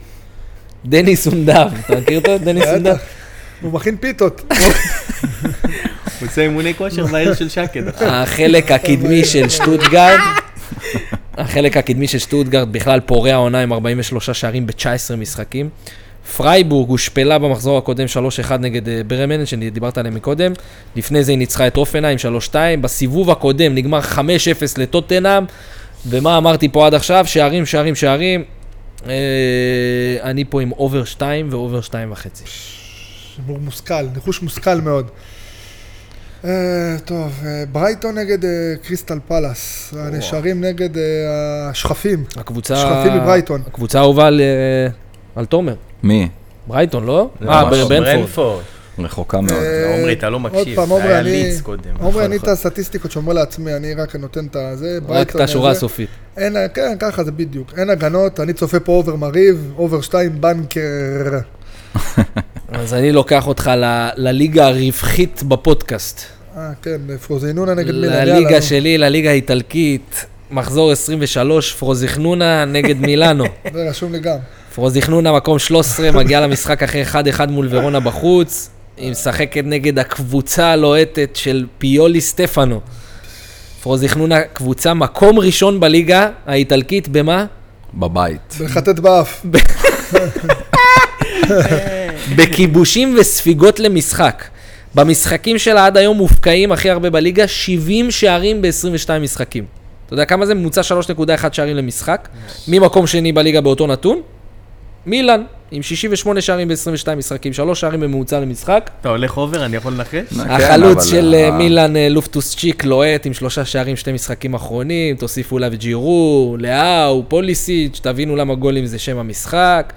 [SPEAKER 4] דני סונדב, אתה מכיר אותו? דני סונדב?
[SPEAKER 2] הוא מכין פיתות.
[SPEAKER 3] הוא עושה אימוני כושר בעיר של שקד.
[SPEAKER 4] אה,
[SPEAKER 3] אחי.
[SPEAKER 4] החלק הקדמי של שטוטגרד, החלק הקדמי של שטוטגרד בכלל פורע עונה עם 43 שערים ב-19 משחקים. פרייבורג הושפלה במחזור הקודם 3-1 נגד אה, ברמן, שדיברת עליהם מקודם. לפני זה היא ניצחה את אופנהיים 3-2. בסיבוב הקודם נגמר 5-0 לטוטנאם. ומה אמרתי פה עד עכשיו? שערים, שערים, שערים. אה, אני פה עם אובר 2 ואובר 2.5.
[SPEAKER 2] שימור מושכל, ניחוש מושכל מאוד. אה, טוב, אה, ברייטון נגד אה, קריסטל פלאס, הנשארים נגד אה, השכפים.
[SPEAKER 4] הקבוצה...
[SPEAKER 2] שכפי מברייטון.
[SPEAKER 4] הקבוצה האהובה על, אה, על תומר.
[SPEAKER 1] מי?
[SPEAKER 4] ברייטון, לא? אה,
[SPEAKER 1] ממש.
[SPEAKER 4] ברנפורד.
[SPEAKER 3] ברנפורד.
[SPEAKER 1] רחוקה מאוד.
[SPEAKER 2] אה,
[SPEAKER 3] עומרי, אתה לא מקשיב.
[SPEAKER 2] פעם,
[SPEAKER 3] זה
[SPEAKER 2] עומרי,
[SPEAKER 3] היה
[SPEAKER 2] אני-
[SPEAKER 3] ליץ קודם.
[SPEAKER 2] עומרי, אני את
[SPEAKER 3] נכון,
[SPEAKER 2] הסטטיסטיקות שאומר לעצמי, אני רק נותן את הזה,
[SPEAKER 4] רק את
[SPEAKER 2] ברייטון,
[SPEAKER 4] השורה
[SPEAKER 2] זה.
[SPEAKER 4] הסופית.
[SPEAKER 2] אין, כן, ככה זה בדיוק. אין הגנות, אני צופה פה אובר מרהיב, אובר שתיים בנקר.
[SPEAKER 4] אז אני לוקח אותך ל- לליגה הרווחית בפודקאסט.
[SPEAKER 2] אה, כן, פרוזינונה נגד מילאן, יאללה,
[SPEAKER 4] לליגה
[SPEAKER 2] נו.
[SPEAKER 4] שלי, לליגה האיטלקית, מחזור 23, פרוזיכנונה נגד מילאנו.
[SPEAKER 2] זה רשום לי גם.
[SPEAKER 4] פרוזיכנונה מקום 13, מגיעה למשחק אחרי 1-1 מול ורונה בחוץ. היא משחקת נגד הקבוצה הלוהטת של פיולי סטפנו. פרוזיכנונה קבוצה מקום ראשון בליגה האיטלקית, במה?
[SPEAKER 1] בבית.
[SPEAKER 2] ולחטט באף.
[SPEAKER 4] בכיבושים וספיגות למשחק. במשחקים שלה עד היום מופקעים הכי הרבה בליגה, 70 שערים ב-22 משחקים. אתה יודע כמה זה? ממוצע 3.1 שערים למשחק. ממקום שני בליגה באותו נתון? מילאן, עם 68 שערים ב-22 משחקים, 3 שערים בממוצע למשחק.
[SPEAKER 3] אתה הולך אובר, אני יכול לנחש?
[SPEAKER 1] כן,
[SPEAKER 4] החלוץ
[SPEAKER 1] אבל
[SPEAKER 4] של
[SPEAKER 1] ה-
[SPEAKER 4] אה, מילאן, אה, לופטוס צ'יק, לוהט עם שלושה שערים, שתי משחקים אחרונים, תוסיפו אליו ג'ירו, לאהו, פוליסיץ', תבינו למה גולים זה שם המשחק.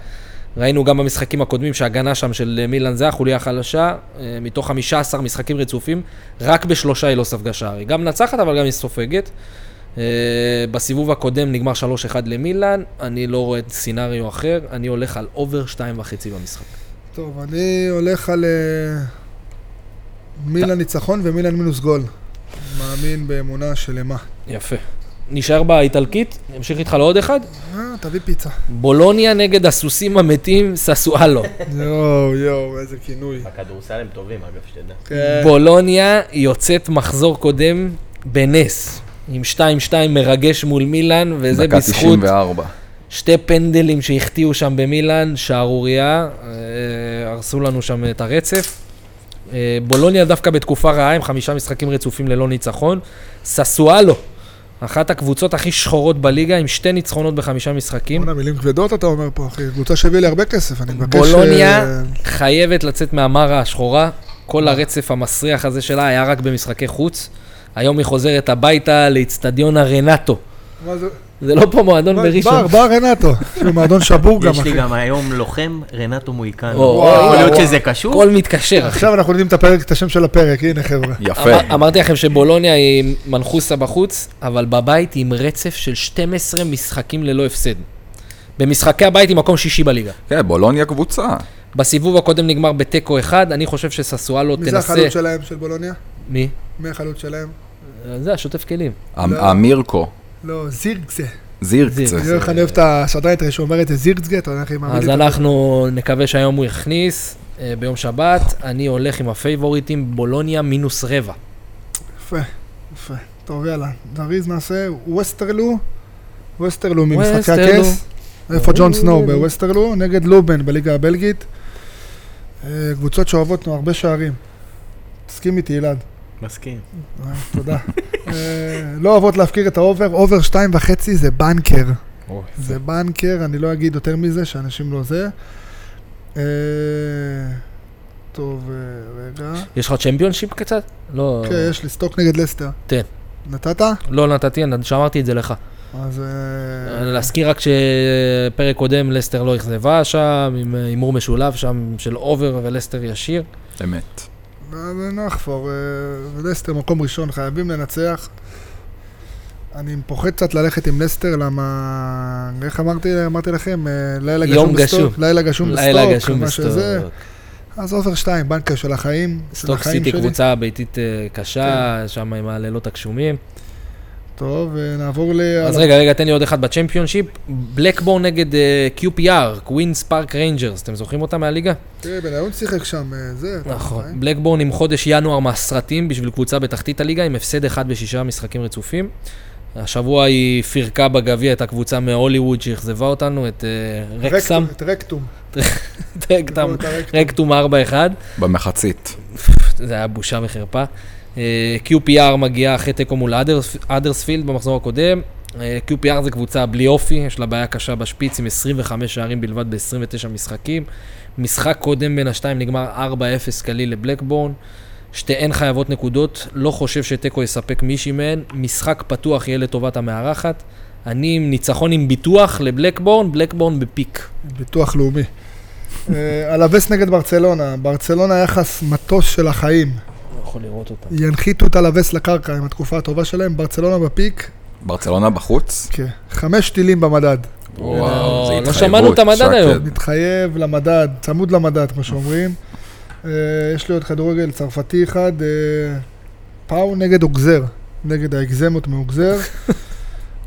[SPEAKER 4] ראינו גם במשחקים הקודמים שההגנה שם של אה, מילאן זה החוליה החלשה, אה, מתוך 15 משחקים רצופים, רק בשלושה היא לא ספגה שער. היא גם מנצחת, אבל גם היא סופגת. אה, בסיבוב הקודם נגמר 3-1 למילאן, אני לא רואה סינאריו אחר, אני הולך על אובר 2.5 במשחק.
[SPEAKER 2] טוב, אני הולך על אה, מילאן ניצחון ומילאן מינוס גול. מאמין באמונה שלמה.
[SPEAKER 4] יפה. נשאר באיטלקית, אמשיך איתך לעוד אחד.
[SPEAKER 2] אה, תביא פיצה.
[SPEAKER 4] בולוניה נגד הסוסים המתים, ססואלו.
[SPEAKER 2] יואו, יואו, איזה כינוי.
[SPEAKER 3] הכדורסל הם טובים, אגב, שתדע.
[SPEAKER 2] כן.
[SPEAKER 4] בולוניה יוצאת מחזור קודם בנס, עם 2-2 מרגש מול מילאן, וזה
[SPEAKER 1] דקה
[SPEAKER 4] בזכות
[SPEAKER 1] 94.
[SPEAKER 4] שתי פנדלים שהחטיאו שם במילאן, שערורייה, אה, הרסו לנו שם את הרצף. אה, בולוניה דווקא בתקופה רעה, עם חמישה משחקים רצופים ללא ניצחון. ססואלו, אחת הקבוצות הכי שחורות בליגה, עם שתי ניצחונות בחמישה משחקים.
[SPEAKER 2] בוא'נה, מילים כבדות אתה אומר פה, אחי. קבוצה שהביאה לי הרבה כסף, אני מבקש...
[SPEAKER 4] בולוניה
[SPEAKER 2] אה,
[SPEAKER 4] חייבת לצאת מהמרה השחורה. כל הרצף המסריח הזה שלה היה רק במשחקי חוץ. היום היא חוזרת הביתה לאיצטדיון הרנטו.
[SPEAKER 2] מה זה?
[SPEAKER 4] זה לא פה מועדון
[SPEAKER 2] בר,
[SPEAKER 4] בראשון.
[SPEAKER 2] בר רנטו. יש לו מועדון שבור גם,
[SPEAKER 3] יש לי
[SPEAKER 2] אחי.
[SPEAKER 3] גם היום לוחם, רנטו מויקן.
[SPEAKER 4] או,
[SPEAKER 3] יכול
[SPEAKER 4] וואו,
[SPEAKER 3] להיות
[SPEAKER 2] וואו.
[SPEAKER 3] שזה קשור?
[SPEAKER 4] הכל מתקשר, אחי.
[SPEAKER 2] עכשיו אנחנו יודעים את הפרק, את השם של הפרק, הנה חבר'ה.
[SPEAKER 1] יפה.
[SPEAKER 4] אמר- אמרתי לכם שבולוניה היא מנחוסה בחוץ, אבל בבית היא עם רצף של 12 משחקים ללא הפסד. במשחקי הבית היא מקום שישי בליגה.
[SPEAKER 1] כן, בולוניה קבוצה.
[SPEAKER 4] בסיבוב הקודם נגמר בתיקו אחד, אני חושב שססואלו
[SPEAKER 2] מי זה
[SPEAKER 4] לא, תנסה...
[SPEAKER 2] החלוץ שלהם, של בולוניה?
[SPEAKER 4] מי?
[SPEAKER 2] מי החלוץ שלהם?
[SPEAKER 4] זה השוטף כלים.
[SPEAKER 1] המ-
[SPEAKER 2] לא.
[SPEAKER 1] המירקו.
[SPEAKER 2] לא, זירגזה.
[SPEAKER 1] אמ- זירקצה.
[SPEAKER 2] אני איך אני אוהב את השדרנית הרי שאומר את זה, זירגזה, אתה יודע איך היא
[SPEAKER 4] אז
[SPEAKER 2] מעמידה.
[SPEAKER 4] אנחנו נקווה שהיום הוא יכניס, אה, ביום שבת. אני הולך עם הפייבוריטים, בולוניה מינוס רבע.
[SPEAKER 2] יפה, יפה. טוב, יאללה. זריז נעשה ווסטרלו. ווסטרלו ממשחקי
[SPEAKER 4] ווסטרלו.
[SPEAKER 2] הכס. איפה ג'ון סנואו בווסטרלו? נגד לובן בליגה הבלגית. אה, קבוצות שאוהבות נו הרבה שערים. תסכים איתי, אילן.
[SPEAKER 3] מסכים.
[SPEAKER 2] אה, תודה. אה, לא אוהבות להפקיר את האובר, אובר שתיים וחצי זה בנקר.
[SPEAKER 1] אוי,
[SPEAKER 2] זה בנקר, אני לא אגיד יותר מזה, שאנשים לא זה. אה, טוב, אה, רגע.
[SPEAKER 4] יש לך צ'מפיונשיפ קצת? לא,
[SPEAKER 2] כן, יש לי סטוק נגד לסטר.
[SPEAKER 4] תן.
[SPEAKER 2] נתת?
[SPEAKER 4] לא נתתי, אני שמרתי את זה לך.
[SPEAKER 2] אז... אה,
[SPEAKER 4] להזכיר רק שפרק קודם לסטר לא אכזבה שם, עם אה, הימור משולב שם של אובר ולסטר ישיר.
[SPEAKER 1] אמת.
[SPEAKER 2] אז נחפור. אה, לסטר מקום ראשון, חייבים לנצח. אני פוחד קצת ללכת עם לסטר, למה... איך אמרתי, אמרתי לכם? אה, לילה גשום
[SPEAKER 4] יום גשום.
[SPEAKER 2] בסטוק. לילה גשום בסטוק.
[SPEAKER 4] לילה גשום
[SPEAKER 2] מה
[SPEAKER 4] בסטוק.
[SPEAKER 2] שזה. אז עופר שתיים, בנקה של החיים, של
[SPEAKER 4] סטוק
[SPEAKER 2] החיים
[SPEAKER 4] סיטי
[SPEAKER 2] שלי. כן.
[SPEAKER 4] קבוצה ביתית אה, קשה, שם עם הלילות הגשומים.
[SPEAKER 2] טוב, אה, נעבור ל...
[SPEAKER 4] אז רגע, רגע, תן לי עוד אחד בצ'מפיונשיפ. בלקבור נגד אה, QPR, קווינס פארק ריינג'רס, אתם זוכרים אותה מהליגה?
[SPEAKER 2] תראה, בניון אה, שיחק שם, אה, זה.
[SPEAKER 4] נכון. בלקבורן עם חודש ינואר מהסרטים בשביל קבוצה בתחתית הליגה, עם הפסד אחד בשישה משחקים רצופים. השבוע היא פירקה בגביע את הקבוצה מהוליווד שאכזבה אותנו, את אה, רקסם,
[SPEAKER 2] את רקטום.
[SPEAKER 4] רקטם,
[SPEAKER 2] את הרקטום.
[SPEAKER 4] רקטום 4-1,
[SPEAKER 1] במחצית.
[SPEAKER 4] זה היה בושה וחרפה. אה, QPR מגיעה אחרי תיקו מול אדרס- אדרספילד במחזור הקודם. אה, QPR זה קבוצה בלי אופי, יש לה בעיה קשה בשפיץ עם 25 שערים בלבד ב-29 משחקים. משחק קודם בין השתיים נגמר 4-0 קליל לבלקבורן. שתיהן חייבות נקודות, לא חושב שתיקו יספק מישהי מהן, משחק פתוח יהיה לטובת המארחת. אני עם ניצחון עם ביטוח לבלקבורן, בלקבורן בפיק.
[SPEAKER 2] ביטוח לאומי. אה, הלווס נגד ברצלונה. ברצלונה יחס מטוס של החיים.
[SPEAKER 4] לא יכול לראות אותה.
[SPEAKER 2] ינחיתו את הלווס לקרקע עם התקופה הטובה שלהם. ברצלונה בפיק,
[SPEAKER 1] ברצלונה בחוץ?
[SPEAKER 2] כן. חמש טילים במדד.
[SPEAKER 1] וואו, זה
[SPEAKER 4] לא
[SPEAKER 1] התחייבות.
[SPEAKER 4] שמענו את המדד
[SPEAKER 1] שקד.
[SPEAKER 4] היום.
[SPEAKER 2] מתחייב למדד, צמוד למדד, כמו שאומרים. אה, יש לי עוד כדורגל צרפתי אחד, אה, פאו נגד אוגזר, נגד האקזמות מאוגזר.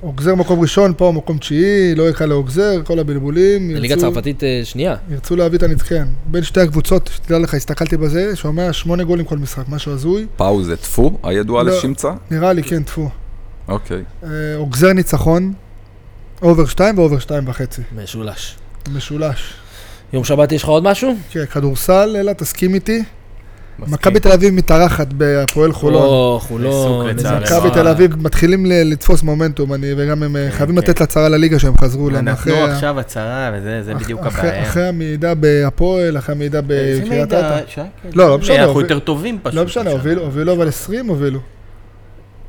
[SPEAKER 2] אוגזר מקום ראשון, פאו מקום תשיעי, לא יקרה לאוגזר, כל הבלבולים.
[SPEAKER 4] ליגה
[SPEAKER 2] ירצו-
[SPEAKER 4] צרפתית אה, שנייה.
[SPEAKER 2] ירצו להביא את הנצחן. בין שתי הקבוצות, שתדע לך, הסתכלתי בזה, שומע שמונה גולים כל משחק, משהו הזוי.
[SPEAKER 1] פאו זה טפו, הידוע
[SPEAKER 2] לא.
[SPEAKER 1] לשמצה?
[SPEAKER 2] נראה לי, כן, טפו.
[SPEAKER 1] אוקיי.
[SPEAKER 2] אה, אוגזר ניצחון, אובר שתיים ואובר שתיים וחצי,
[SPEAKER 4] משולש.
[SPEAKER 2] משולש.
[SPEAKER 4] יום שבת יש לך עוד משהו?
[SPEAKER 2] כן, כדורסל, אלא תסכים איתי.
[SPEAKER 3] מסכים.
[SPEAKER 2] מכבי תל אביב מתארחת בהפועל חולון.
[SPEAKER 4] לא, חולון.
[SPEAKER 3] עיסוק
[SPEAKER 4] איזה
[SPEAKER 3] לצערנו.
[SPEAKER 4] הצלחה.
[SPEAKER 2] מכבי תל אביב מתחילים ל- לתפוס מומנטום, אני וגם הם אה, חייבים
[SPEAKER 3] לא. כן.
[SPEAKER 2] לתת לצרה לליגה שהם חזרו להם.
[SPEAKER 3] נתנו
[SPEAKER 2] אחרי ה-
[SPEAKER 3] עכשיו הצהרה, וזה זה
[SPEAKER 2] אח-
[SPEAKER 3] בדיוק
[SPEAKER 2] אחרי-
[SPEAKER 3] הבעיה.
[SPEAKER 2] אחרי המעידה בהפועל, אחרי המעידה
[SPEAKER 3] איזה
[SPEAKER 2] בקריית
[SPEAKER 3] מידע, כן.
[SPEAKER 2] אתא.
[SPEAKER 3] שקט.
[SPEAKER 2] לא, לא משנה,
[SPEAKER 3] אנחנו
[SPEAKER 2] הוביל-
[SPEAKER 3] יותר טובים פשוט.
[SPEAKER 2] לא משנה,
[SPEAKER 3] עכשיו.
[SPEAKER 2] הובילו, הובילו אבל 20 הובילו.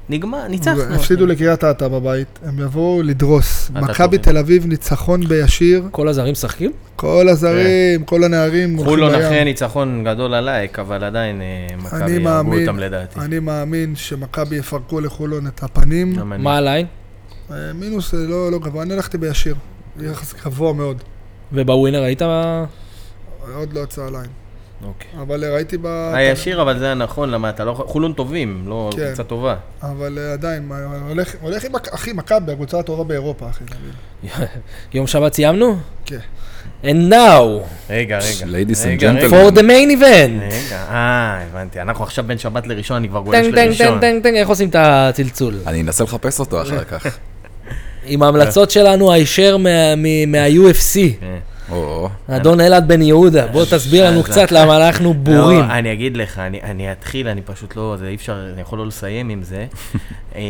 [SPEAKER 3] נגמר, ניצחנו. כן.
[SPEAKER 2] הפסידו לקריית אתא בבית, הם יבואו לדרוס.
[SPEAKER 3] אתה
[SPEAKER 2] מכבי
[SPEAKER 3] טוב.
[SPEAKER 2] תל אביב ניצחון בישיר,
[SPEAKER 4] כל הזרים משחקים?
[SPEAKER 2] כל הזרים, כל הנערים הולכים
[SPEAKER 3] כן. חולון
[SPEAKER 2] לים.
[SPEAKER 3] אחרי ניצחון גדול עלייק, אבל עדיין אה, מכבי
[SPEAKER 2] אני
[SPEAKER 3] יהרגו
[SPEAKER 2] מאמין-
[SPEAKER 3] אותם לדעתי.
[SPEAKER 2] אני מאמין שמכבי יפרקו לחולון את הפנים.
[SPEAKER 3] גם אני.
[SPEAKER 4] מה הליין?
[SPEAKER 2] אה, מינוס אה, לא לא גבוה, אני הלכתי בישיר.
[SPEAKER 3] אוקיי.
[SPEAKER 2] יחס גבוה מאוד.
[SPEAKER 4] ובווינר היית... מה-
[SPEAKER 2] עוד לא יצא הליין.
[SPEAKER 4] אוקיי.
[SPEAKER 2] אבל אה, ראיתי ב...
[SPEAKER 3] הישיר, אבל זה היה נכון, למה אתה לא... יכול- חולון טובים, לא
[SPEAKER 2] כן.
[SPEAKER 3] קבוצה טובה.
[SPEAKER 2] אבל אה, עדיין, מה, הולך, הולך עם... מכ- אחי, מכבי, הקבוצה הטובה באירופה, אחי. אתה מבין?
[SPEAKER 4] יום שבת סיימנו?
[SPEAKER 2] כן.
[SPEAKER 4] And now,
[SPEAKER 3] רגע, רגע.
[SPEAKER 1] Ladies and
[SPEAKER 3] רגע, רגע.
[SPEAKER 1] gentlemen.
[SPEAKER 4] for the main event.
[SPEAKER 3] רגע, אה, הבנתי. אנחנו עכשיו בין שבת לראשון, אני כבר גולש
[SPEAKER 4] טנג, טנג,
[SPEAKER 3] לראשון.
[SPEAKER 4] טנג, טנג, טנג, איך עושים את הצלצול?
[SPEAKER 3] אה.
[SPEAKER 1] אני אנסה לחפש אותו אחר
[SPEAKER 4] לא.
[SPEAKER 1] כך.
[SPEAKER 4] עם ההמלצות שלנו הישר מה- מ- מה-UFC.
[SPEAKER 3] כן.
[SPEAKER 1] או,
[SPEAKER 4] אדון אלעד בן יהודה, בוא תסביר לנו
[SPEAKER 3] אז-
[SPEAKER 4] קצת למה אנחנו בורים.
[SPEAKER 3] אה, לא, אני אגיד לך, אני, אני אתחיל, אני פשוט לא, זה אי אפשר, אני יכול לא לסיים עם זה.
[SPEAKER 4] אני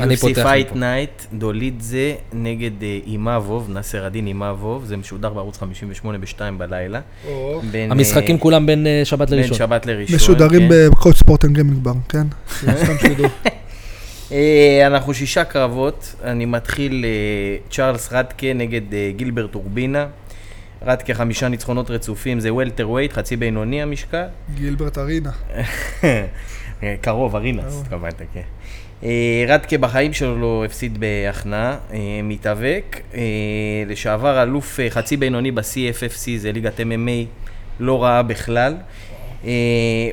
[SPEAKER 3] אני
[SPEAKER 4] פותח
[SPEAKER 3] פותח
[SPEAKER 4] מפה.
[SPEAKER 3] פייט נייט, דולידזה נגד אה, אימאבוב, נאסר א-דין אימאבוב, זה משודר בערוץ 58 ב-2 בלילה.
[SPEAKER 2] או.
[SPEAKER 3] בין,
[SPEAKER 4] המשחקים
[SPEAKER 3] אה,
[SPEAKER 4] כולם בין אה, שבת
[SPEAKER 3] בין
[SPEAKER 4] לראשון.
[SPEAKER 3] שבת לראשון.
[SPEAKER 2] משודרים
[SPEAKER 3] כן.
[SPEAKER 2] בקוד ספורט אנד גיימינג בר, כן? סתם שתדעו.
[SPEAKER 3] אה, אנחנו שישה קרבות, אני מתחיל אה, צ'ארלס רדקה נגד אה, גילברט אורבינה. רדקה חמישה ניצחונות רצופים, זה וולטר ווייט, חצי בינוני המשקל.
[SPEAKER 2] גילברט ארינה.
[SPEAKER 3] אה, קרוב, ארינס,
[SPEAKER 2] קרוב.
[SPEAKER 3] התכוונת, כן. אה, רדקה בחיים שלו לא הפסיד בהכנעה, אה, מתאבק. אה, לשעבר אלוף אה, חצי בינוני ב-CFFC, זה ליגת MMA, לא רעה בכלל. אה,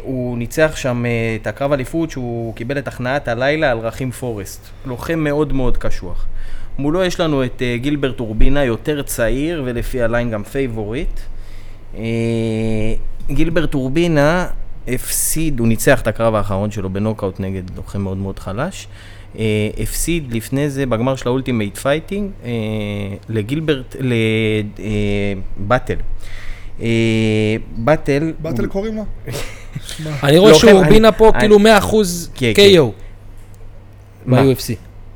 [SPEAKER 3] הוא ניצח שם אה, את הקרב אליפות שהוא קיבל את הכנעת הלילה על רכים פורסט. לוחם מאוד מאוד קשוח. מולו יש לנו את אה, גילברט אורבינה, יותר צעיר ולפי הליין גם פייבוריט. אה, גילברט אורבינה הפסיד, הוא ניצח את הקרב האחרון שלו בנוקאוט נגד לוחם מאוד מאוד חלש. אה, הפסיד לפני זה בגמר של האולטימייט פייטינג אה, לגילברט, לבטל. אה, באטל,
[SPEAKER 2] באטל קוראים לו? שמע,
[SPEAKER 4] אני רואה
[SPEAKER 3] לא, כן,
[SPEAKER 4] שהוא בינה
[SPEAKER 3] אני-
[SPEAKER 4] פה
[SPEAKER 3] אני-
[SPEAKER 4] כאילו 100%
[SPEAKER 3] כן, כן.
[SPEAKER 4] KO
[SPEAKER 3] מה?
[SPEAKER 4] ב-UFC.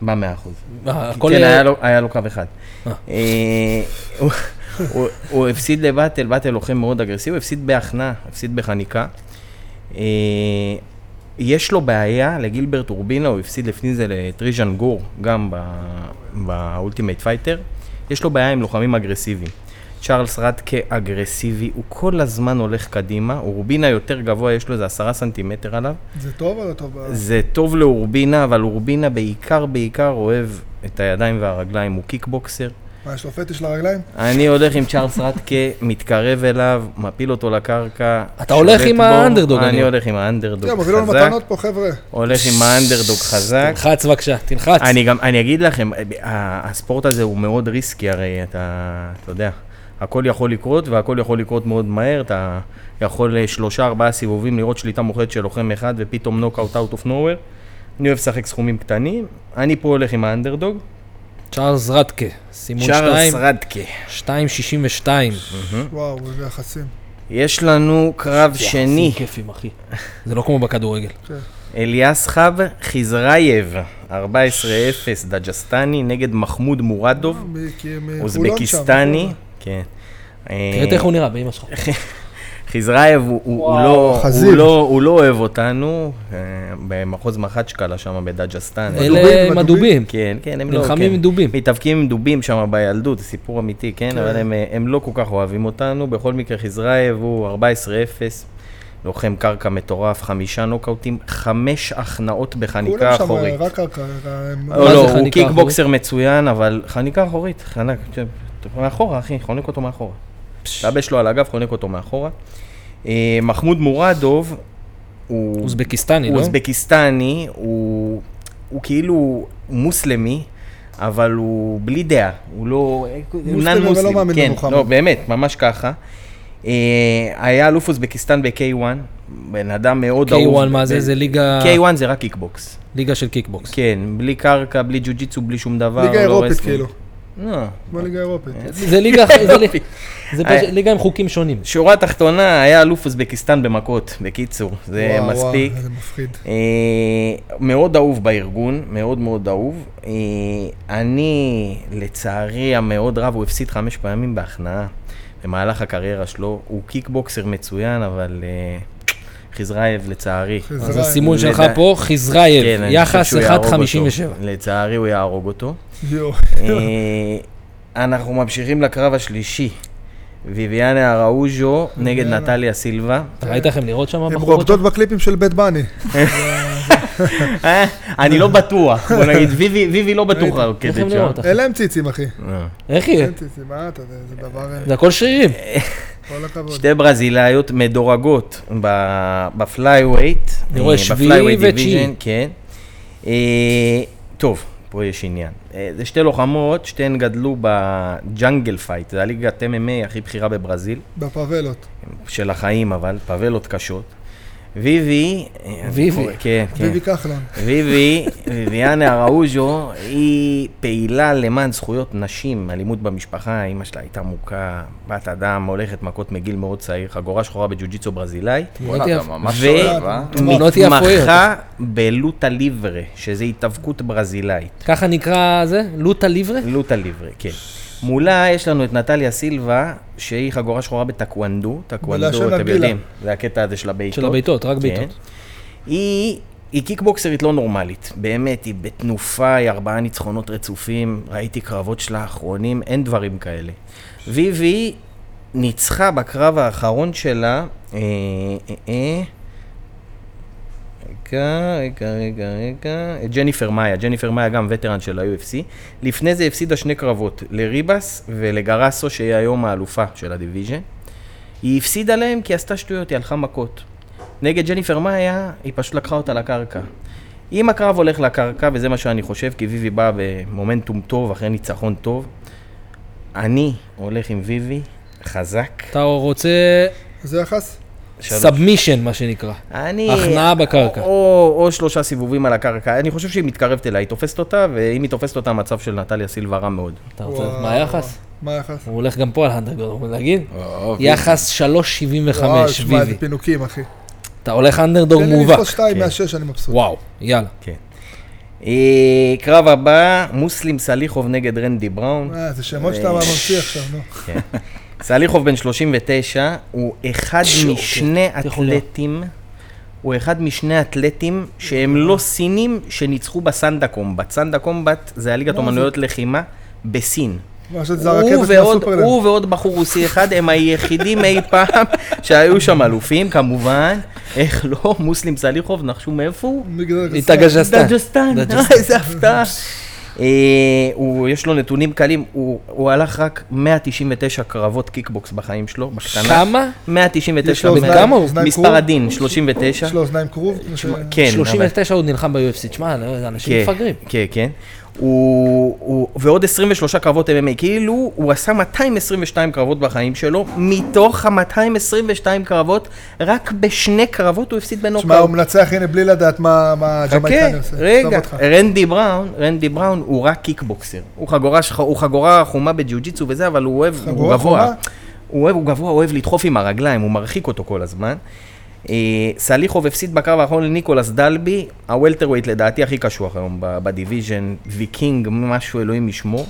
[SPEAKER 3] מה מאה אחוז?
[SPEAKER 4] אה, הכל
[SPEAKER 3] כן,
[SPEAKER 4] אה,
[SPEAKER 3] היה לו- היה לו קו אחד.
[SPEAKER 4] אה.
[SPEAKER 3] אה, הוא- הוא- הוא הפסיד לבטל, באטל לוחם מאוד אגרסיבי, הוא הפסיד בהכנעה, הפסיד בחניקה. אה, יש לו בעיה לגילברט אורבינה, הוא הפסיד לפני זה לטריז'ן גור, גם ב- באולטימייט פייטר. יש לו בעיה עם לוחמים אגרסיביים. צ'ארלס רדקה אגרסיבי, הוא כל הזמן הולך קדימה, אורבינה יותר גבוה, יש לו איזה עשרה סנטימטר עליו.
[SPEAKER 2] זה טוב או לא טוב?
[SPEAKER 3] זה טוב לאורבינה, אבל אורבינה בעיקר בעיקר אוהב את הידיים והרגליים, הוא קיקבוקסר.
[SPEAKER 2] מה, יש לו פטיש לרגליים?
[SPEAKER 3] אני הולך עם צ'ארלס רטקה, מתקרב אליו, מפיל אותו לקרקע.
[SPEAKER 4] אתה הולך
[SPEAKER 3] שולט
[SPEAKER 4] עם
[SPEAKER 3] בו.
[SPEAKER 4] האנדרדוג, אני
[SPEAKER 3] אני
[SPEAKER 4] רואה.
[SPEAKER 3] הולך עם האנדרדוג
[SPEAKER 2] תראה, מביאו לנו
[SPEAKER 3] חזק.
[SPEAKER 2] מתנות פה, חבר'ה.
[SPEAKER 3] הולך עם האנדרדוג חזק.
[SPEAKER 4] תלחץ בבקשה, תלחץ.
[SPEAKER 3] אני גם, אני אגיד לכם, אה, ה- הספורט הזה הוא מאוד ריסקי, הרי אתה, אתה יודע, הכל יכול לקרות, והכל יכול לקרות מאוד מהר, אתה יכול אה, שלושה, ארבעה סיבובים לראות שליטה מוחלטת של לוחם אחד, ופתאום נוקאוט אאוט אוף נוואר. אני אוהב לשחק סכומים קטנים, אני פה הולך עם האנדרדוג.
[SPEAKER 4] צ'ארלס רדקה, סימון
[SPEAKER 3] צ'ארלס
[SPEAKER 4] 2,
[SPEAKER 3] רדקה.
[SPEAKER 4] 262.
[SPEAKER 2] וואו, זה יחסים.
[SPEAKER 3] יש לנו קרב שני, אה.
[SPEAKER 4] יחסים כיפים, אחי. זה לא כמו בכדורגל.
[SPEAKER 3] אליאס חב חיזרייב, 14-0 דג'סטני, נגד מחמוד מורדוב,
[SPEAKER 2] מי- כי הם מחולון אה, שם, לא
[SPEAKER 3] אוזבקיסטני. כן.
[SPEAKER 4] תראה איך הוא נראה, באמא שלך.
[SPEAKER 3] חיזרייב הוא, הוא, הוא, לא,
[SPEAKER 2] חזיר.
[SPEAKER 3] הוא, לא, הוא לא אוהב אותנו, אה, במחוז מחצ'קלה שם בדג'סטן.
[SPEAKER 2] אלה-
[SPEAKER 4] אלה
[SPEAKER 2] הדובים.
[SPEAKER 4] הם הדובים.
[SPEAKER 3] כן, כן, הם לא...
[SPEAKER 4] נלחמים
[SPEAKER 3] כן.
[SPEAKER 4] עם דובים.
[SPEAKER 3] מתאבקים עם דובים שם בילדות, זה סיפור אמיתי, כן?
[SPEAKER 2] כן.
[SPEAKER 3] אבל הם, אה, הם לא כל כך אוהבים אותנו. בכל מקרה, חזרייב הוא 14-0, לוחם קרקע מטורף, חמישה נוקאוטים, חמש הכנעות בחניקה
[SPEAKER 2] כולם שם אה,
[SPEAKER 3] אחורית.
[SPEAKER 2] רק אה, קרקע. הם-
[SPEAKER 4] מה
[SPEAKER 3] לא,
[SPEAKER 4] זה
[SPEAKER 3] לא, הוא
[SPEAKER 4] חניקה
[SPEAKER 3] קיקבוקסר מצוין, אבל חניקה אחורית, חנק, כן, מאחורה, אחי, חונק אותו מאחורה. תלבש לו על הגב, חונק אותו מאחורה. אה, מחמוד מורדוב, הוא
[SPEAKER 4] אוזבקיסטני,
[SPEAKER 3] הוא
[SPEAKER 4] לא?
[SPEAKER 3] אוזבקיסטני, הוא הוא כאילו מוסלמי. אבל הוא בלי דעה, הוא לא...
[SPEAKER 2] מוסלמי,
[SPEAKER 3] נן
[SPEAKER 2] אבל לא
[SPEAKER 3] מוסלם,
[SPEAKER 2] מאמין
[SPEAKER 3] כן,
[SPEAKER 2] במוחמד.
[SPEAKER 3] לא, באמת, ממש ככה. אה, היה אלוף אוזבקיסטן ב-K1, בן אדם מאוד
[SPEAKER 4] K1 מה זה? לא-
[SPEAKER 3] ב-
[SPEAKER 4] זה ליגה
[SPEAKER 3] K1 זה רק קיקבוקס.
[SPEAKER 4] ליגה של קיקבוקס.
[SPEAKER 3] כן, בלי קרקע, בלי ג'ו-ג'יצו, בלי שום דבר.
[SPEAKER 2] ליגה
[SPEAKER 3] לא
[SPEAKER 2] אירופית,
[SPEAKER 3] רסלינג.
[SPEAKER 2] כאילו.
[SPEAKER 3] לא.
[SPEAKER 2] כמו ליגה אירופית.
[SPEAKER 4] זה ליגה, זה ליגה- זה
[SPEAKER 3] אה.
[SPEAKER 4] פשוט ליגה עם חוקים שונים.
[SPEAKER 3] שורה תחתונה, היה אלוף אוזבקיסטן במכות, בקיצור, זה
[SPEAKER 2] וואו, וואו,
[SPEAKER 3] מספיק.
[SPEAKER 2] זה מפחיד.
[SPEAKER 3] אה, מאוד אהוב בארגון, מאוד מאוד אהוב. אה, אני, לצערי המאוד רב, הוא הפסיד חמש פעמים בהכנעה במהלך הקריירה שלו. הוא קיקבוקסר מצוין, אבל אה, חיזרייב, לצערי.
[SPEAKER 4] אז
[SPEAKER 2] חזרה,
[SPEAKER 4] הסימון שלך
[SPEAKER 3] לדע-
[SPEAKER 4] פה,
[SPEAKER 3] כן,
[SPEAKER 4] חזרייב,
[SPEAKER 3] אני חושב
[SPEAKER 4] יחס
[SPEAKER 3] שהוא יהרוג אותו.
[SPEAKER 4] 1.57.
[SPEAKER 3] לצערי הוא יהרוג אותו.
[SPEAKER 2] יואו.
[SPEAKER 3] אה, אנחנו ממשיכים לקרב השלישי. ויביאנה אראוז'ו נגד
[SPEAKER 2] ויביאנה.
[SPEAKER 3] נטליה סילבה.
[SPEAKER 4] אתה ראית איך הם נראות שם
[SPEAKER 2] הם
[SPEAKER 4] הבחורות?
[SPEAKER 2] רוקדות בקליפים של בית בני.
[SPEAKER 3] אה, אני לא בטוח, בוא נגיד, ויבי ויבי לא בטוחה.
[SPEAKER 4] איך הם נראות, אחי?
[SPEAKER 2] אין להם ציצים, אחי.
[SPEAKER 3] אה.
[SPEAKER 4] איך יהיה?
[SPEAKER 2] אין ציצים, מה אתה, זה זה דבר... אה,
[SPEAKER 4] זה הכל שרירים.
[SPEAKER 2] כל הכבוד.
[SPEAKER 3] לא. שתי ברזילאיות מדורגות ב- בפלייווייט.
[SPEAKER 4] אני רואה
[SPEAKER 3] אה,
[SPEAKER 4] שביעי
[SPEAKER 3] בפלייווייט
[SPEAKER 4] ותשיעי.
[SPEAKER 3] דיוויז'ן, כן. אה, טוב, פה יש עניין. אה, זה שתי לוחמות, שתיהן גדלו בג'אנגל פייט, זה הליגת MMA הכי בכירה בברזיל,
[SPEAKER 2] בפאבלות.
[SPEAKER 3] כן. של החיים אבל, פאבלות קשות. ויבי, אה,
[SPEAKER 4] ויבי.
[SPEAKER 3] כן, כן.
[SPEAKER 2] ביבי כחלון.
[SPEAKER 3] ויבי, ויביאנה אראוז'ו, היא פעילה למען זכויות נשים, אלימות במשפחה, אימא שלה הייתה מוכה, בת אדם, הולכת מכות מגיל מאוד צעיר, חגורה שחורה בג'ו-ג'יצו ברזילאי.
[SPEAKER 1] וואלה, אתה ממש
[SPEAKER 3] ו-
[SPEAKER 1] אוהב, אה?
[SPEAKER 4] תמונות יפויות.
[SPEAKER 3] מתמחה בלוטה ליברה, שזה התאבקות ברזילאית.
[SPEAKER 4] ככה נקרא זה? לוטה ליברה?
[SPEAKER 3] לוטה ליברה, כן. מולה יש לנו את נטליה סילבה, שהיא חגורה שחורה בטקוונדו.
[SPEAKER 2] בלשון
[SPEAKER 3] טקוונדו, אתם
[SPEAKER 2] הגילה.
[SPEAKER 3] יודעים, זה הקטע הזה של הבעיטות.
[SPEAKER 4] של הבעיטות, רק
[SPEAKER 3] כן.
[SPEAKER 4] בעיטות.
[SPEAKER 3] היא, היא קיקבוקסרית לא נורמלית, באמת, היא בתנופה, היא ארבעה ניצחונות רצופים, ראיתי קרבות שלה האחרונים, אין דברים כאלה. ויבי ניצחה בקרב האחרון שלה, אה, אה, אה, רגע, רגע, רגע, רגע, את ג'ניפר מאיה, ג'ניפר מאיה גם וטרן של ה-UFC. לפני זה הפסידה שני קרבות, לריבס ולגרסו, שהיא היום האלופה של הדיוויז'ן. היא הפסידה להם כי עשתה שטויות, היא הלכה מכות. נגד ג'ניפר מאיה, היא פשוט לקחה אותה לקרקע. אם הקרב הולך לקרקע, וזה מה שאני חושב, כי ויבי באה במומנטום טוב, אחרי ניצחון טוב, אני הולך עם ויבי, חזק.
[SPEAKER 4] אתה רוצה
[SPEAKER 2] זה יחס?
[SPEAKER 3] שלוש.
[SPEAKER 4] סאבמישן, מה שנקרא.
[SPEAKER 3] אני...
[SPEAKER 4] הכנעה בקרקע.
[SPEAKER 3] או, או שלושה סיבובים על הקרקע. אני חושב שהיא מתקרבת אליי, היא תופסת אותה, ואם היא תופסת אותה, המצב של נטליה סילבה רע מאוד.
[SPEAKER 4] אתה רוצה
[SPEAKER 2] וואו.
[SPEAKER 4] לדעת מה היחס?
[SPEAKER 2] מה היחס?
[SPEAKER 4] הוא הולך גם פה על האנדרגרד, הוא להגיד?
[SPEAKER 1] אוהב.
[SPEAKER 4] יחס 3.75,
[SPEAKER 2] וואו, תשמע,
[SPEAKER 4] שביבי.
[SPEAKER 2] איזה פינוקים, אחי.
[SPEAKER 4] אתה הולך אנדרדוג
[SPEAKER 2] תן לי
[SPEAKER 4] מובהק.
[SPEAKER 2] לתפוס שתיים
[SPEAKER 3] כן.
[SPEAKER 2] מהשש, אני מבסוט.
[SPEAKER 4] וואו, יאללה.
[SPEAKER 3] אה, קרב הבא, מוסלים סליחוב נגד רנדי בראון.
[SPEAKER 2] אה, זה שמות שאתה ממציא עכשיו, נו.
[SPEAKER 3] כן. סליחוב בן 39, הוא אחד
[SPEAKER 4] שו,
[SPEAKER 3] משני
[SPEAKER 4] כן, תכולה.
[SPEAKER 3] אתלטים, הוא אחד משני אתלטים שהם לא סינים שניצחו בסנדה קומבט. סנדה קומבט זה הליגת אומנויות לחימה בסין.
[SPEAKER 2] מה שזה
[SPEAKER 3] הוא
[SPEAKER 2] הרכבת
[SPEAKER 3] ועוד,
[SPEAKER 2] מהסופרלנד.
[SPEAKER 3] הוא ועוד בחור רוסי אחד הם היחידים אי פעם שהיו שם אלופים כמובן, איך לא, מוסלים סליחוב, נחשו מאיפה הוא?
[SPEAKER 2] מגדל קסם.
[SPEAKER 4] איתגז'סטן.
[SPEAKER 3] דג'סטן,
[SPEAKER 4] דג'סטן.
[SPEAKER 3] איזה הפתעה. אה, הוא- יש לו נתונים קלים, הוא הוא הלך רק 199 קרבות קיקבוקס בחיים שלו, בקטנה.
[SPEAKER 4] כמה?
[SPEAKER 2] יש
[SPEAKER 3] 199,
[SPEAKER 2] לו
[SPEAKER 3] בן
[SPEAKER 2] אוזניים-
[SPEAKER 4] כמה הוא?
[SPEAKER 2] אוזניים
[SPEAKER 3] מספר
[SPEAKER 2] כרוב?
[SPEAKER 3] הדין, 39.
[SPEAKER 2] יש לו אוזניים כרוב?
[SPEAKER 3] תשמע, כן, אבל-
[SPEAKER 4] 39 עוד נלחם ב-UFC. תשמע, לא, זה אנשים
[SPEAKER 3] כן,
[SPEAKER 4] מפגרים.
[SPEAKER 3] כן, כן. הוא, הוא, ועוד 23 קרבות MMA, כאילו הוא עשה 222 קרבות בחיים שלו, מתוך ה-222 קרבות, רק בשני קרבות הוא הפסיד
[SPEAKER 2] תשמע, הוא
[SPEAKER 3] בנוקאאוט.
[SPEAKER 2] מנצח, הנה, בלי לדעת מה מה הג'מייקני עושה.
[SPEAKER 3] לא חכה, רגע,
[SPEAKER 2] עזוב אותך.
[SPEAKER 3] רנדי בראון, רנדי בראון הוא רק קיקבוקסר. הוא חגורה, שח- הוא חגורה חומה בג'יוג'יצו וזה, אבל הוא אוהב, הוא
[SPEAKER 2] חגורה
[SPEAKER 3] גבוה.
[SPEAKER 2] חומה?
[SPEAKER 3] הוא אוהב, הוא גבוה, הוא אוהב לדחוף עם הרגליים, הוא מרחיק אותו כל הזמן. אה, סליחוב הפסיד בקרב האחרון לניקולס דלבי, הוולטרווייט לדעתי הכי קשוח היום ב- בדיוויז'ן, ויקינג, משהו אלוהים ישמור.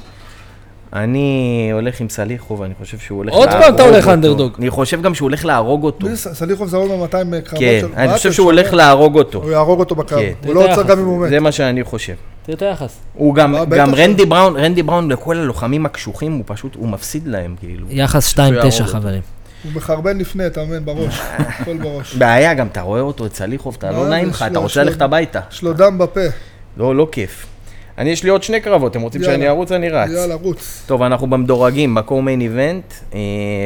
[SPEAKER 3] אני הולך עם סליחוב, אני חושב שהוא הולך
[SPEAKER 4] עוד פעם אתה
[SPEAKER 3] להרוג
[SPEAKER 4] הולך
[SPEAKER 3] אותו.
[SPEAKER 4] אנדרדוג.
[SPEAKER 3] אני חושב גם שהוא הולך להרוג אותו.
[SPEAKER 2] בלי ס- סליחוב זה עוד 200 קרבות
[SPEAKER 3] כן,
[SPEAKER 2] של-
[SPEAKER 3] אני
[SPEAKER 2] מה
[SPEAKER 3] חושב
[SPEAKER 2] אתה
[SPEAKER 3] שהוא הולך
[SPEAKER 2] שומע?
[SPEAKER 3] להרוג אותו.
[SPEAKER 2] הוא יהרוג אותו בקרב.
[SPEAKER 3] כן.
[SPEAKER 2] הוא לא
[SPEAKER 4] זה
[SPEAKER 2] עוצר
[SPEAKER 4] ככה.
[SPEAKER 2] גם אם הוא מת.
[SPEAKER 3] זה מה שאני חושב.
[SPEAKER 4] תראה את היחס.
[SPEAKER 3] הוא גם,
[SPEAKER 2] לא, בטח
[SPEAKER 3] גם
[SPEAKER 2] ש-
[SPEAKER 3] רנדי בראון, רנדי בראון לכל הלוחמים הקשוחים, הוא פשוט, הוא מפסיד להם, כאילו.
[SPEAKER 4] יחס 2.9
[SPEAKER 3] 2.9,
[SPEAKER 4] חברים.
[SPEAKER 2] הוא מחרבן לפני, אתה מבין? בראש.
[SPEAKER 3] אה.
[SPEAKER 2] הכל בראש.
[SPEAKER 3] בעיה, גם אתה רואה אותו את סליחוב, אתה לא
[SPEAKER 2] מה,
[SPEAKER 3] נעים
[SPEAKER 2] יש
[SPEAKER 3] לך, אתה
[SPEAKER 2] לו-
[SPEAKER 3] רוצה
[SPEAKER 2] יש לו-
[SPEAKER 3] ללכת הביתה.
[SPEAKER 2] יש לו דם בפה.
[SPEAKER 3] לא, לא כיף. אני, יש לי עוד שני קרבות, אתם רוצים
[SPEAKER 2] יאללה.
[SPEAKER 3] שאני ארוץ? אני רץ.
[SPEAKER 2] יאללה, רוץ.
[SPEAKER 3] טוב, אנחנו במדורגים, מקור אה, מיין איבנט,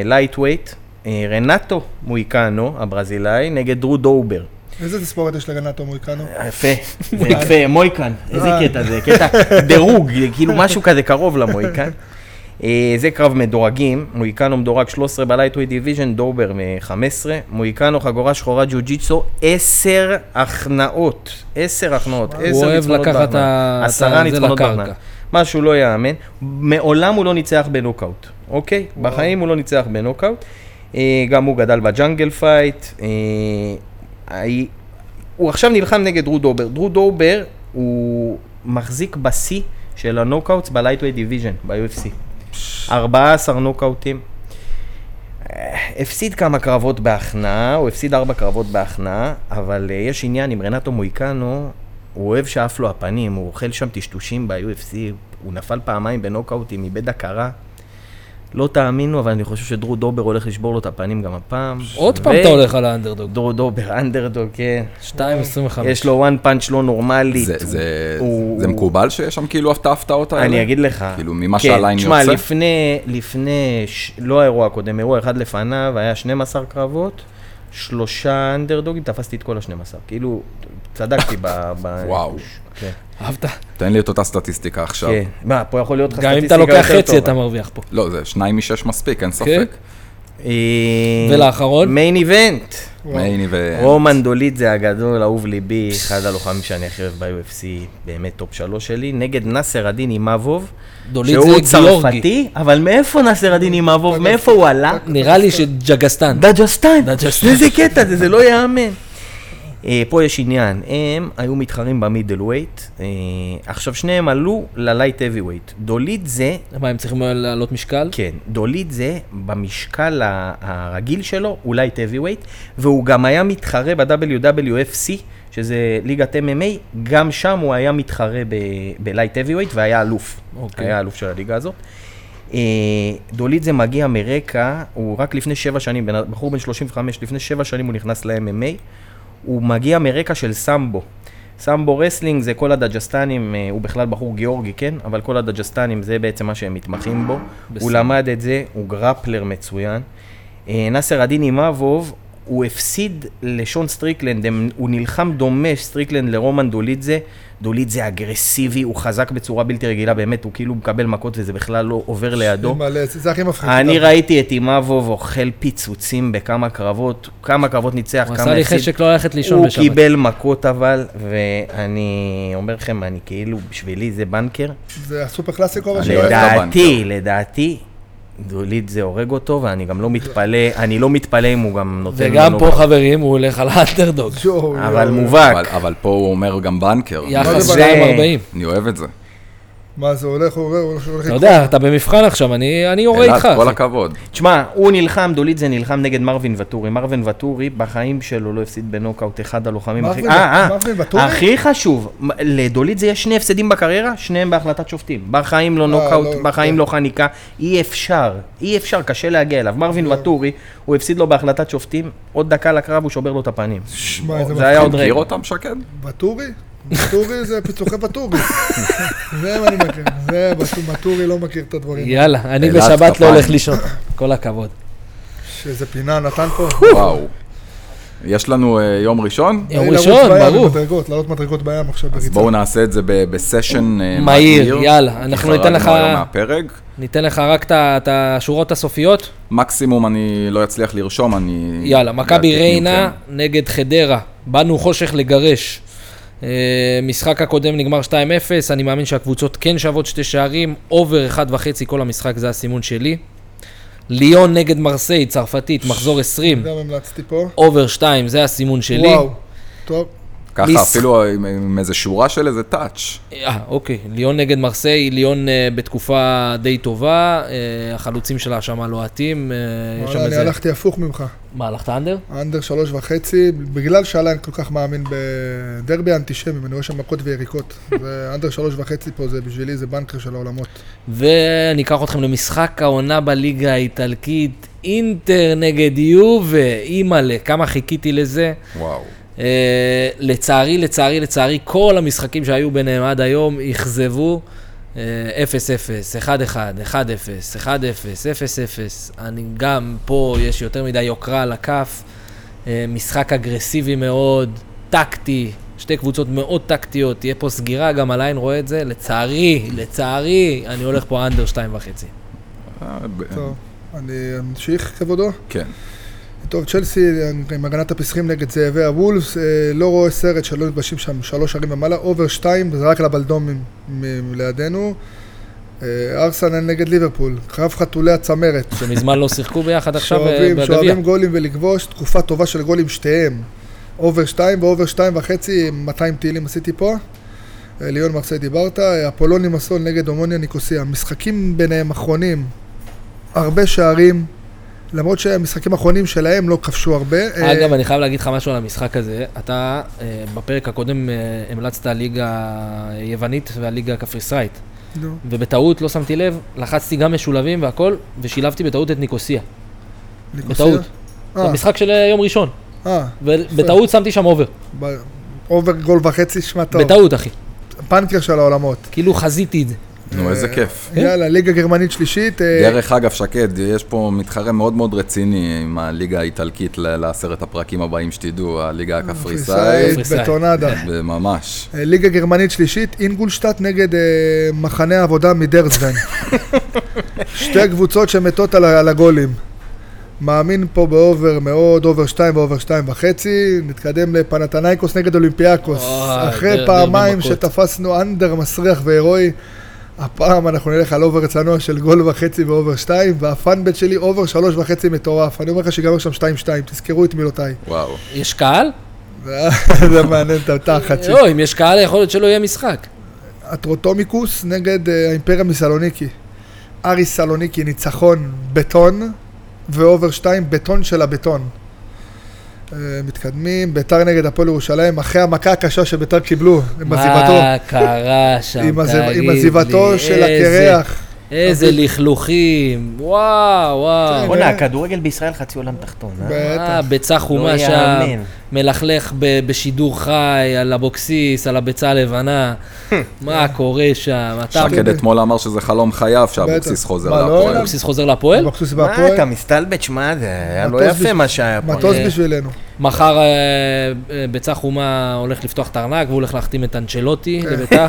[SPEAKER 3] לייטווייט, רנטו מויקנו, אה, הברזילאי, נגד דרו דובר.
[SPEAKER 2] איזה תספורת יש לגנטו מויקנו?
[SPEAKER 3] יפה, זה יפה, מויקן, איזה קטע זה, קטע דירוג, זה כאילו משהו כזה קרוב למויקן. אה, זה קרב מדורגים, מויקנו מדורג 13 בלייטווי דיוויז'ן, דובר מ-15, מויקנו חגורה שחורה ג'ו-ג'יצו, 10 הכנעות, 10 הכנעות, 10
[SPEAKER 4] הוא
[SPEAKER 3] ניצחונות
[SPEAKER 4] אוהב לקחת את ה-
[SPEAKER 3] בהכנעה,
[SPEAKER 4] את
[SPEAKER 3] עשרה
[SPEAKER 4] הזה
[SPEAKER 3] ניצחונות
[SPEAKER 4] לקרקע.
[SPEAKER 3] בהכנעה, משהו לא יאמן, מעולם הוא לא ניצח בנוקאוט, אוקיי? בחיים הוא לא ניצח בנוקאוט, אה, גם הוא גדל בג'אנגל פייט, אה, הוא עכשיו נלחם נגד דרו דובר. דרו דובר הוא מחזיק בשיא של הנוקאוטס בלייטווי דיוויז'ן, ב-UFC. 14 נוקאוטים. אה, הפסיד כמה קרבות בהכנעה, הוא הפסיד ארבע קרבות בהכנעה, אבל אה, יש עניין עם רנטו מויקנו, הוא אוהב שאף לו הפנים, הוא אוכל שם טשטושים ב-UFC, הוא נפל פעמיים בנוקאוטים, איבד הכרה. לא תאמינו, אבל אני חושב שדרו דובר הולך לשבור לו את הפנים גם הפעם.
[SPEAKER 4] עוד פעם
[SPEAKER 3] ו-
[SPEAKER 4] אתה הולך על האנדרדוג.
[SPEAKER 3] דרו דובר, אנדרדוג, כן.
[SPEAKER 4] 2.25.
[SPEAKER 3] יש לו one punch לא נורמלית.
[SPEAKER 1] זה- זה-
[SPEAKER 3] הוא-
[SPEAKER 1] זה
[SPEAKER 3] הוא-
[SPEAKER 1] מקובל שיש שם כאילו את ההפתעות האלה?
[SPEAKER 3] אני אגיד לך. כן,
[SPEAKER 1] כאילו, ממה שהליין
[SPEAKER 3] תשמע,
[SPEAKER 1] יוצא?
[SPEAKER 3] לפני, לפני, ש... לא האירוע הקודם, אירוע אחד לפניו, היה 12 קרבות, שלושה אנדרדוגים, תפסתי את כל ה-12. כאילו, צדקתי ב... ב...
[SPEAKER 1] וואו.
[SPEAKER 3] כן.
[SPEAKER 4] אהבת?
[SPEAKER 1] תן לי את אותה סטטיסטיקה עכשיו.
[SPEAKER 3] כן. מה, פה יכול להיות לך
[SPEAKER 4] גם אם אתה
[SPEAKER 3] סטטיסטיקה
[SPEAKER 4] לוקח
[SPEAKER 3] יותר
[SPEAKER 4] חצי
[SPEAKER 3] טובה.
[SPEAKER 4] אתה מרוויח פה.
[SPEAKER 1] לא, זה שניים משש מספיק,
[SPEAKER 4] כן.
[SPEAKER 1] אין ספק.
[SPEAKER 3] אה,
[SPEAKER 4] ולאחרון?
[SPEAKER 3] מיין איבנט.
[SPEAKER 2] וואו.
[SPEAKER 1] מייני ו...
[SPEAKER 3] רומן דוליד זה הגדול, אהוב ליבי, אחד הלוחמים שאני הכי אוהב ב-UFC, באמת טופ שלוש שלי, נגד נאסר עדין אימאבוב,
[SPEAKER 4] דוליד
[SPEAKER 3] שהוא
[SPEAKER 4] זה גיאורגי.
[SPEAKER 3] צרפתי, אבל מאיפה נאסר עדין אימאבוב, מאיפה הוא עלה?
[SPEAKER 4] נראה לי שג'גסטן.
[SPEAKER 3] דג'סטן.
[SPEAKER 4] דג'סטן.
[SPEAKER 3] איזה קטע זה, זה לא ייאמן. אה, פה יש עניין, הם היו מתחרים במידל ווייט, אה, עכשיו שניהם עלו ללייט אבי ווייט. דוליד זה,
[SPEAKER 4] מה, הם צריכים לעלות משקל?
[SPEAKER 3] כן, דוליד זה, במשקל ה- הרגיל שלו, הוא לייט אבי ווייט, והוא גם היה מתחרה ב-WWFC, שזה ליגת MMA, גם שם הוא היה מתחרה בלייט אבי ווייט והיה אלוף.
[SPEAKER 4] אוקיי.
[SPEAKER 3] היה האלוף של הליגה הזאת. אה, דוליד זה מגיע מרקע, הוא רק לפני שבע שנים, בן- בחור בן 35, לפני שבע שנים הוא נכנס ל-MMA, הוא מגיע מרקע של סמבו. סמבו רסלינג זה כל הדג'סטנים, אה, הוא בכלל בחור גיאורגי, כן? אבל כל הדג'סטנים זה בעצם מה שהם מתמחים בו.
[SPEAKER 4] בסדר.
[SPEAKER 3] הוא למד את זה, הוא גרפלר מצוין. אה, נאסר עדין אימאבוב, הוא הפסיד לשון סטריקלנד, הם, הוא נלחם דומה סטריקלנד לרומן דולידזה. דולידזה אגרסיבי, הוא חזק בצורה בלתי רגילה, באמת, הוא כאילו מקבל מכות וזה בכלל לא עובר לידו.
[SPEAKER 2] מלא, זה זה הכי מפחיד.
[SPEAKER 3] אני
[SPEAKER 2] אתה-
[SPEAKER 3] ראיתי את אימאבוב אוכל פיצוצים בכמה קרבות, כמה קרבות ניצח,
[SPEAKER 4] הוא
[SPEAKER 3] כמה
[SPEAKER 4] עשה לי חשק לא ללכת לישון
[SPEAKER 3] הוא
[SPEAKER 4] בשבת.
[SPEAKER 3] קיבל מכות אבל, ואני אומר לכם, אני כאילו, בשבילי זה בנקר.
[SPEAKER 2] זה הסופר קלאסיקו
[SPEAKER 1] אני
[SPEAKER 2] ראשי.
[SPEAKER 1] אוהב את
[SPEAKER 3] לדעתי, לדעתי, דוליד זה הורג אותו, ואני גם לא מתפלא, אני לא מתפלא אם הוא גם נותן לנו...
[SPEAKER 1] כן,
[SPEAKER 3] לא-
[SPEAKER 4] וגם
[SPEAKER 1] לא,
[SPEAKER 4] פה, חברים, הוא הולך על האנדרדוג.
[SPEAKER 3] אבל מובהק.
[SPEAKER 1] אבל- אבל פה הוא אומר גם בנקר.
[SPEAKER 4] יחס
[SPEAKER 2] זה-
[SPEAKER 4] 240.
[SPEAKER 1] אני אוהב את זה.
[SPEAKER 2] מה זה הולך, הוא הולך, הוא הולך, הוא הולך.
[SPEAKER 4] אתה יודע, אתה במבחן עכשיו, אני אני יורה
[SPEAKER 1] אלעד,
[SPEAKER 4] לא איתך.
[SPEAKER 1] כל
[SPEAKER 4] אחי.
[SPEAKER 1] הכבוד.
[SPEAKER 3] תשמע, הוא נלחם, דוליד זה נלחם נגד מרווין ואטורי. מרווין ואטורי בחיים שלו לא הפסיד בנוקאוט אחד הלוחמים הכי...
[SPEAKER 2] מרווין-
[SPEAKER 3] אה, אה,
[SPEAKER 2] מרווין ואטורי?
[SPEAKER 3] הכי חשוב, מ- לדוליד זה יש שני הפסדים בקריירה, שניהם בהחלטת שופטים. בחיים לא נוקאוט,
[SPEAKER 2] לא,
[SPEAKER 3] בחיים
[SPEAKER 2] כן.
[SPEAKER 3] לא חניקה. אי אפשר, אי אפשר, קשה להגיע אליו. מרווין
[SPEAKER 2] כן.
[SPEAKER 3] ואטורי, הוא הפסיד לו בהחלטת שופטים, עוד דקה לקרב הוא שובר לו את הפנים.
[SPEAKER 2] שמע, איזה
[SPEAKER 3] זה היה עוד
[SPEAKER 1] אתה מכיר
[SPEAKER 3] רגע.
[SPEAKER 1] אותם, שקד?
[SPEAKER 2] בטורי? בטורי זה פיצוחי בטורי. זה מה אני מכיר. זה, בטו- בטורי לא מכיר את הדברים.
[SPEAKER 4] יאללה, אני
[SPEAKER 1] אלעד,
[SPEAKER 4] בשבת לא
[SPEAKER 1] כפיים.
[SPEAKER 4] הולך לישון. כל הכבוד.
[SPEAKER 2] שאיזה פינה נתן פה.
[SPEAKER 4] אה,
[SPEAKER 1] וואו. יש לנו אה, יום ראשון?
[SPEAKER 4] יום
[SPEAKER 2] אני לרוץ
[SPEAKER 4] ראשון,
[SPEAKER 2] בים,
[SPEAKER 4] ברור.
[SPEAKER 2] מדרגות, לעלות מדרגות בים עכשיו
[SPEAKER 1] אז
[SPEAKER 2] בריצה.
[SPEAKER 1] בואו נעשה את זה ב- בסשן אה,
[SPEAKER 4] מהיר, יאללה, אנחנו
[SPEAKER 1] כי
[SPEAKER 4] ניתן
[SPEAKER 1] חרגנו
[SPEAKER 4] לך-
[SPEAKER 1] היום מהפרק.
[SPEAKER 4] ניתן לך רק את ה- את השורות הסופיות.
[SPEAKER 1] מקסימום אני לא אצליח לרשום, אני...
[SPEAKER 4] יאללה, מכבי
[SPEAKER 1] אעתיק
[SPEAKER 4] ריינה
[SPEAKER 1] מכם.
[SPEAKER 4] נגד חדרה. באנו חושך לגרש. אה, משחק הקודם נגמר 2-0, אני מאמין שהקבוצות כן שוות שתי שערים, אובר 1.5 כל המשחק, זה הסימון שלי. ליון נגד מרסיי, צרפתית, מחזור 20,
[SPEAKER 2] גם המלצתי פה.
[SPEAKER 4] אובר 2, זה הסימון שלי.
[SPEAKER 2] וואו. טוב.
[SPEAKER 1] כן. ככה,
[SPEAKER 4] מס-
[SPEAKER 1] אפילו עם- עם איזה שורה של איזה טאץ'.
[SPEAKER 4] אה, אוקיי, ליון נגד מרסיי, ליון אה, בתקופה די טובה, אה, החלוצים שלה שמה לוהטים, אה, יש שם
[SPEAKER 2] וואלה, אני
[SPEAKER 4] איזה...
[SPEAKER 2] הלכתי הפוך ממך.
[SPEAKER 4] מה, הלכת אנדר?
[SPEAKER 2] אנדר שלוש וחצי, בגלל שאלה אני כל כך מאמין בדרבי אנטישמים, אני רואה שם מכות ויריקות. ואנדר שלוש וחצי פה, זה בשבילי, זה בנקר של העולמות.
[SPEAKER 4] ואני אקח אתכם למשחק העונה בליגה האיטלקית, אינטר נגד יובה, אימא'לה, כמה חיכיתי לזה.
[SPEAKER 1] וואו.
[SPEAKER 4] אה, לצערי, לצערי, לצערי, כל המשחקים שהיו ביניהם עד היום אכזבו. אה, 0-0, 1-1, 1-0, 1-0, 0-0. אני גם פה, יש יותר מדי יוקרה על הכף. אה, משחק אגרסיבי מאוד, טקטי, שתי קבוצות מאוד טקטיות. תהיה פה סגירה, גם עליין רואה את זה. לצערי, לצערי, אני הולך פה אנדר 2.5.
[SPEAKER 1] אה,
[SPEAKER 4] כן.
[SPEAKER 1] ב-
[SPEAKER 2] טוב, אני אמשיך כבודו.
[SPEAKER 1] כן.
[SPEAKER 2] טוב, צ'לסי אה, עם הגנת הפסחים נגד זאבי הוולפס, אה, לא רואה סרט שלא נתבשים שם שלוש ערים ומעלה, אובר שתיים, זה רק לבלדומים מ- לידינו. אה, ארסנל נגד ליברפול, קרב חתולי הצמרת.
[SPEAKER 4] שמזמן לא שיחקו ביחד עכשיו אה,
[SPEAKER 2] שאוהבים,
[SPEAKER 4] בגביע.
[SPEAKER 2] שאוהבים גולים ולכבוש, תקופה טובה של גולים שתיהם. אובר שתיים ואובר שתיים וחצי, 200 טילים עשיתי פה. אה, ליאון מרסיי דיברת, אה, אפולוני מסון נגד הומוניה ניקוסיה. משחקים ביניהם אחרונים, הרבה שערים, למרות שהמשחקים האחרונים שלהם לא כבשו הרבה. אה,
[SPEAKER 4] אגב, אני חייב להגיד לך משהו על המשחק הזה. אתה, אה, בפרק הקודם אה, המלצת ליגה יוונית והליגה הקפריסאית.
[SPEAKER 2] נו.
[SPEAKER 4] ובטעות, לא שמתי לב, לחצתי גם משולבים והכל, ושילבתי בטעות את ניקוסיה.
[SPEAKER 2] ניקוסיה?
[SPEAKER 4] בטעות.
[SPEAKER 2] אה,
[SPEAKER 4] במשחק של אה, יום ראשון.
[SPEAKER 2] אה,
[SPEAKER 4] ובטעות שמתי שם אובר.
[SPEAKER 2] ב- אובר גול וחצי, שמע טוב.
[SPEAKER 4] בטעות, אחי.
[SPEAKER 2] פנקר של העולמות.
[SPEAKER 4] כאילו חזיתי את זה.
[SPEAKER 1] נו, איזה כיף.
[SPEAKER 4] כן.
[SPEAKER 2] יאללה, ליגה גרמנית שלישית. אה,
[SPEAKER 1] דרך אגב, שקד, יש פה מתחרה מאוד מאוד רציני עם הליגה האיטלקית ל- לעשרת הפרקים הבאים שתדעו, הליגה
[SPEAKER 2] אה,
[SPEAKER 1] הקפריסאית,
[SPEAKER 4] קפריסאי.
[SPEAKER 2] בטונדה.
[SPEAKER 1] ממש.
[SPEAKER 2] אה, ליגה גרמנית שלישית, אינגולשטאט נגד אה, מחנה העבודה מדרזבן. שתי קבוצות שמתות על, ה- על הגולים. מאמין פה באובר מאוד, אובר 2 ואובר 2 וחצי, נתקדם לפנתנייקוס נגד אולימפיאקוס.
[SPEAKER 4] אוי,
[SPEAKER 2] אחרי
[SPEAKER 4] דרבי
[SPEAKER 2] פעמיים
[SPEAKER 4] מכות.
[SPEAKER 2] שתפסנו אנדר מסריח והירואי, הפעם אנחנו נלך על אובר צנוע של גול וחצי ואובר 2, והפאנבט שלי אובר 3 וחצי מטורף. אני אומר לך שיגמר שם 2-2, תזכרו את מילותיי.
[SPEAKER 1] וואו.
[SPEAKER 4] יש קהל?
[SPEAKER 2] זה מעניין את התחת שלי.
[SPEAKER 4] לא, אם יש קהל, יכול להיות שלא יהיה משחק.
[SPEAKER 2] הטרוטומיקוס נגד אה, האימפריה מסלוניקי. אריס סלוניקי ניצחון בטון, ואובר שתיים בטון של הבטון. אה, מתקדמים, ביתר נגד הפועל ירושלים, אחרי המכה הקשה שביתר קיבלו, עם עזיבתו,
[SPEAKER 4] מה קרה שם,
[SPEAKER 2] עם עזיב-
[SPEAKER 4] תגיד
[SPEAKER 2] עם
[SPEAKER 4] לי?
[SPEAKER 2] עזיבתו של
[SPEAKER 4] איזה-
[SPEAKER 2] הקרח. אוקיי.
[SPEAKER 4] איזה לכלוכים. וואו, וואו.
[SPEAKER 3] בוא'נה, הכדורגל בישראל חצי עולם תחתון,
[SPEAKER 4] מה,
[SPEAKER 3] אה?
[SPEAKER 2] כן, בטח.
[SPEAKER 4] ביצה
[SPEAKER 3] לא
[SPEAKER 4] חומה שם,
[SPEAKER 3] יאמן.
[SPEAKER 4] מלכלך ב- בשידור חי, על אבוקסיס, על הביצה הלבנה. מה קורה שם? אתה
[SPEAKER 1] שקד אתמול אמר שזה חלום חייו שאבוקסיס
[SPEAKER 2] בטח.
[SPEAKER 1] חוזר
[SPEAKER 2] מה, לא
[SPEAKER 1] להפועל.
[SPEAKER 2] אליו?
[SPEAKER 4] אבוקסיס חוזר לפועל?
[SPEAKER 2] אבוקסיס
[SPEAKER 3] מה, אתה
[SPEAKER 2] בהפועל,
[SPEAKER 3] מסתלבט? שמע, זה היה לא
[SPEAKER 2] מטוס
[SPEAKER 3] יפה
[SPEAKER 2] בש-
[SPEAKER 3] מה שהיה פה.
[SPEAKER 2] מטוס
[SPEAKER 4] אה,
[SPEAKER 2] בשבילנו.
[SPEAKER 4] מחר אה, אה, ביצה חומה הולך לפתוח את הארנק והוא הולך להחתים את אנצ'לוטי
[SPEAKER 2] כן.
[SPEAKER 4] לביתה.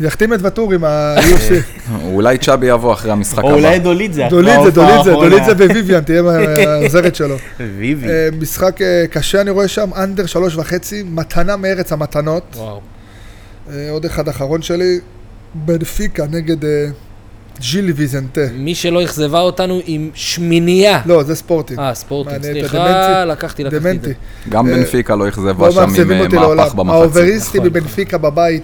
[SPEAKER 2] יחתים את ואטורי עם
[SPEAKER 4] אה,
[SPEAKER 2] ה-UFC.
[SPEAKER 1] אולי צ'אבי יבוא אחרי המשחק
[SPEAKER 3] או אולי
[SPEAKER 1] הבא.
[SPEAKER 3] דולית זה
[SPEAKER 2] דולית זה,
[SPEAKER 3] ההופעה
[SPEAKER 2] דולית זה,
[SPEAKER 3] האחרונה.
[SPEAKER 2] דולית זה וויביאן, תהיה העוזרת שלו.
[SPEAKER 3] ויבי.
[SPEAKER 2] אה, משחק אה, קשה אני רואה שם, אנדר שלוש וחצי, מתנה מארץ המתנות.
[SPEAKER 4] וואו.
[SPEAKER 2] אה, עוד אחד אחרון שלי, בנפיקה נגד אה, ג'יל ויזנטה.
[SPEAKER 4] מי שלא אכזבה אותנו עם שמינייה.
[SPEAKER 2] לא, זה ספורטינג.
[SPEAKER 4] אה, ספורטינג,
[SPEAKER 2] מעניין, אתה
[SPEAKER 4] סליחה,
[SPEAKER 2] דמנטי.
[SPEAKER 4] לקחתי, לקחתי את
[SPEAKER 2] דמנטי.
[SPEAKER 4] זה.
[SPEAKER 1] גם
[SPEAKER 2] אה,
[SPEAKER 1] בנפיקה לא אכזבה
[SPEAKER 2] לא
[SPEAKER 1] שם עם
[SPEAKER 2] מאכזבים
[SPEAKER 1] אה,
[SPEAKER 2] אותי
[SPEAKER 1] מהפך
[SPEAKER 2] לעולם.
[SPEAKER 1] במחצית.
[SPEAKER 2] האובריסטי
[SPEAKER 4] נכון.
[SPEAKER 2] בבנפיקה בבית,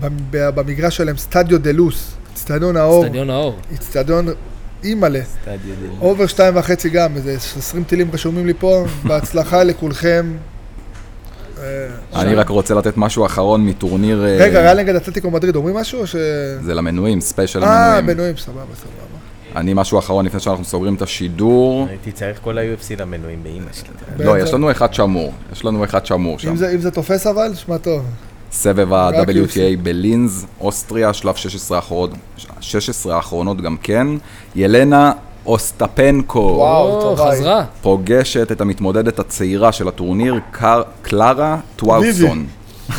[SPEAKER 2] במ- ב- במגרש שלהם, סטדיו דה לוס, אצטדיון האור,
[SPEAKER 4] אצטדיון האור.
[SPEAKER 2] אצטדיון אימאלה.
[SPEAKER 3] סטדיו דולית.
[SPEAKER 2] אובר שתיים וחצי גם, איזה 20 טילים רשומים לי פה, בהצלחה לכולכם. אה,
[SPEAKER 1] אני רק רוצה לתת משהו אחרון מטורניר... אה,
[SPEAKER 2] רגע, ריאל נגד אתלטיקו מדריד, אומרים משהו או ש...
[SPEAKER 1] זה לא למנויים, ספיישל
[SPEAKER 2] אה,
[SPEAKER 1] למנויים.
[SPEAKER 2] בנויים, סבבה, סבבה.
[SPEAKER 1] אני משהו אחרון לפני שאנחנו סוגרים את השידור.
[SPEAKER 3] הייתי צריך כל ה-UFC למנויים באימא שלי.
[SPEAKER 1] לא,
[SPEAKER 2] בעצם-
[SPEAKER 1] יש לנו אחד שמור. יש לנו אחד שמור שם.
[SPEAKER 2] אם זה- אם זה תופס אבל, שמע טוב.
[SPEAKER 1] סבב
[SPEAKER 2] רק
[SPEAKER 1] ה-WTA בלינז, אוסטריה, שלב 16 האחרונות, 16 האחרונות גם כן. ילנה אוסטפנקו
[SPEAKER 2] וואו,
[SPEAKER 4] או,
[SPEAKER 2] טובה.
[SPEAKER 4] חזרה.
[SPEAKER 1] פוגשת את המתמודדת הצעירה של הטורניר, קר- קלרה טוואוסון.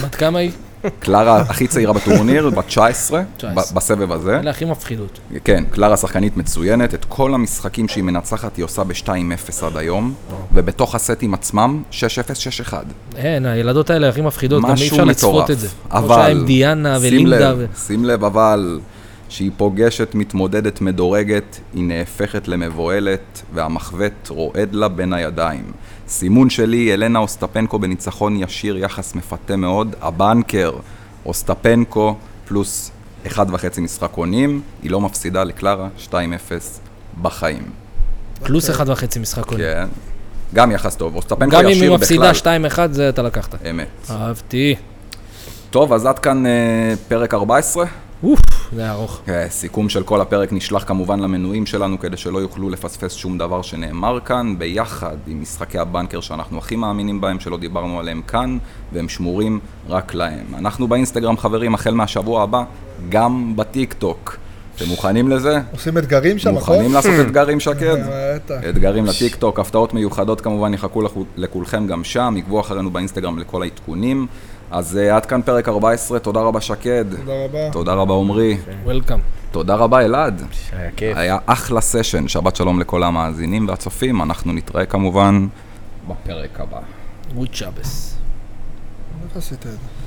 [SPEAKER 4] בת כמה היא?
[SPEAKER 1] קלרה הכי צעירה בטורניר, בת 19,
[SPEAKER 4] 19.
[SPEAKER 1] ב- בסבב הזה.
[SPEAKER 4] אלה הכי מפחידות.
[SPEAKER 1] כן, קלרה שחקנית מצוינת, את כל המשחקים שהיא מנצחת היא עושה ב-2-0 עד היום, ובתוך הסטים עצמם, 6-0, 6-1.
[SPEAKER 4] אין, הילדות האלה הכי מפחידות, לא, גם אי
[SPEAKER 1] משהו
[SPEAKER 4] אפשר
[SPEAKER 1] מטורף.
[SPEAKER 4] לצפות את זה. כמו שהיה
[SPEAKER 1] אבל,
[SPEAKER 4] עם דיאנה
[SPEAKER 1] שים
[SPEAKER 4] ולינדה.
[SPEAKER 1] לב,
[SPEAKER 4] ו-
[SPEAKER 1] שים לב, אבל, שהיא פוגשת מתמודדת מדורגת, היא נהפכת למבוהלת, והמחבט רועד לה בין הידיים. סימון שלי, אלנה אוסטפנקו בניצחון ישיר, יחס מפתה מאוד, הבנקר, אוסטפנקו, פלוס 1.5 משחקונים, היא לא מפסידה לקלרה, 2-0 בחיים.
[SPEAKER 4] פלוס
[SPEAKER 2] אוקיי.
[SPEAKER 4] אחד וחצי משחק קודם.
[SPEAKER 1] כן. גם יחס טוב, אוסטפנקו
[SPEAKER 4] גם אם היא
[SPEAKER 1] ישיר
[SPEAKER 4] מפסידה
[SPEAKER 1] בכלל. אה,
[SPEAKER 4] 2-1, זה אתה לקחת.
[SPEAKER 1] אמת.
[SPEAKER 4] אהבתי.
[SPEAKER 1] טוב, אז עד כאן אה, פרק 14.
[SPEAKER 4] אוף, זה היה ארוך.
[SPEAKER 1] אה, סיכום של כל הפרק נשלח כמובן למנויים שלנו כדי שלא יוכלו לפספס שום דבר שנאמר כאן, ביחד עם משחקי הבנקר שאנחנו הכי מאמינים בהם, שלא דיברנו עליהם כאן, והם שמורים רק להם. אנחנו באינסטגרם חברים החל מהשבוע הבא, גם בטיקטוק. אתם מוכנים לזה?
[SPEAKER 2] עושים אתגרים שם, נכון?
[SPEAKER 1] מוכנים לעשות אתגרים שקד?
[SPEAKER 2] אה, בטח.
[SPEAKER 1] אתגרים לטיקטוק, הפתעות מיוחדות כמובן יחכו לכו- לכולכם גם שם, עקבו אחרינו באינסטגרם לכל העדכונים. אז אה, עד כאן פרק 14, תודה רבה שקד.
[SPEAKER 2] תודה רבה.
[SPEAKER 1] תודה רבה עמרי.
[SPEAKER 4] וולקאם.
[SPEAKER 1] תודה רבה אלעד.
[SPEAKER 3] היה כיף.
[SPEAKER 1] היה אחלה סשן, שבת שלום לכל המאזינים והצופים, אנחנו נתראה כמובן בפרק הבא.
[SPEAKER 4] גוד שבס.
[SPEAKER 2] tá איך עשית את זה?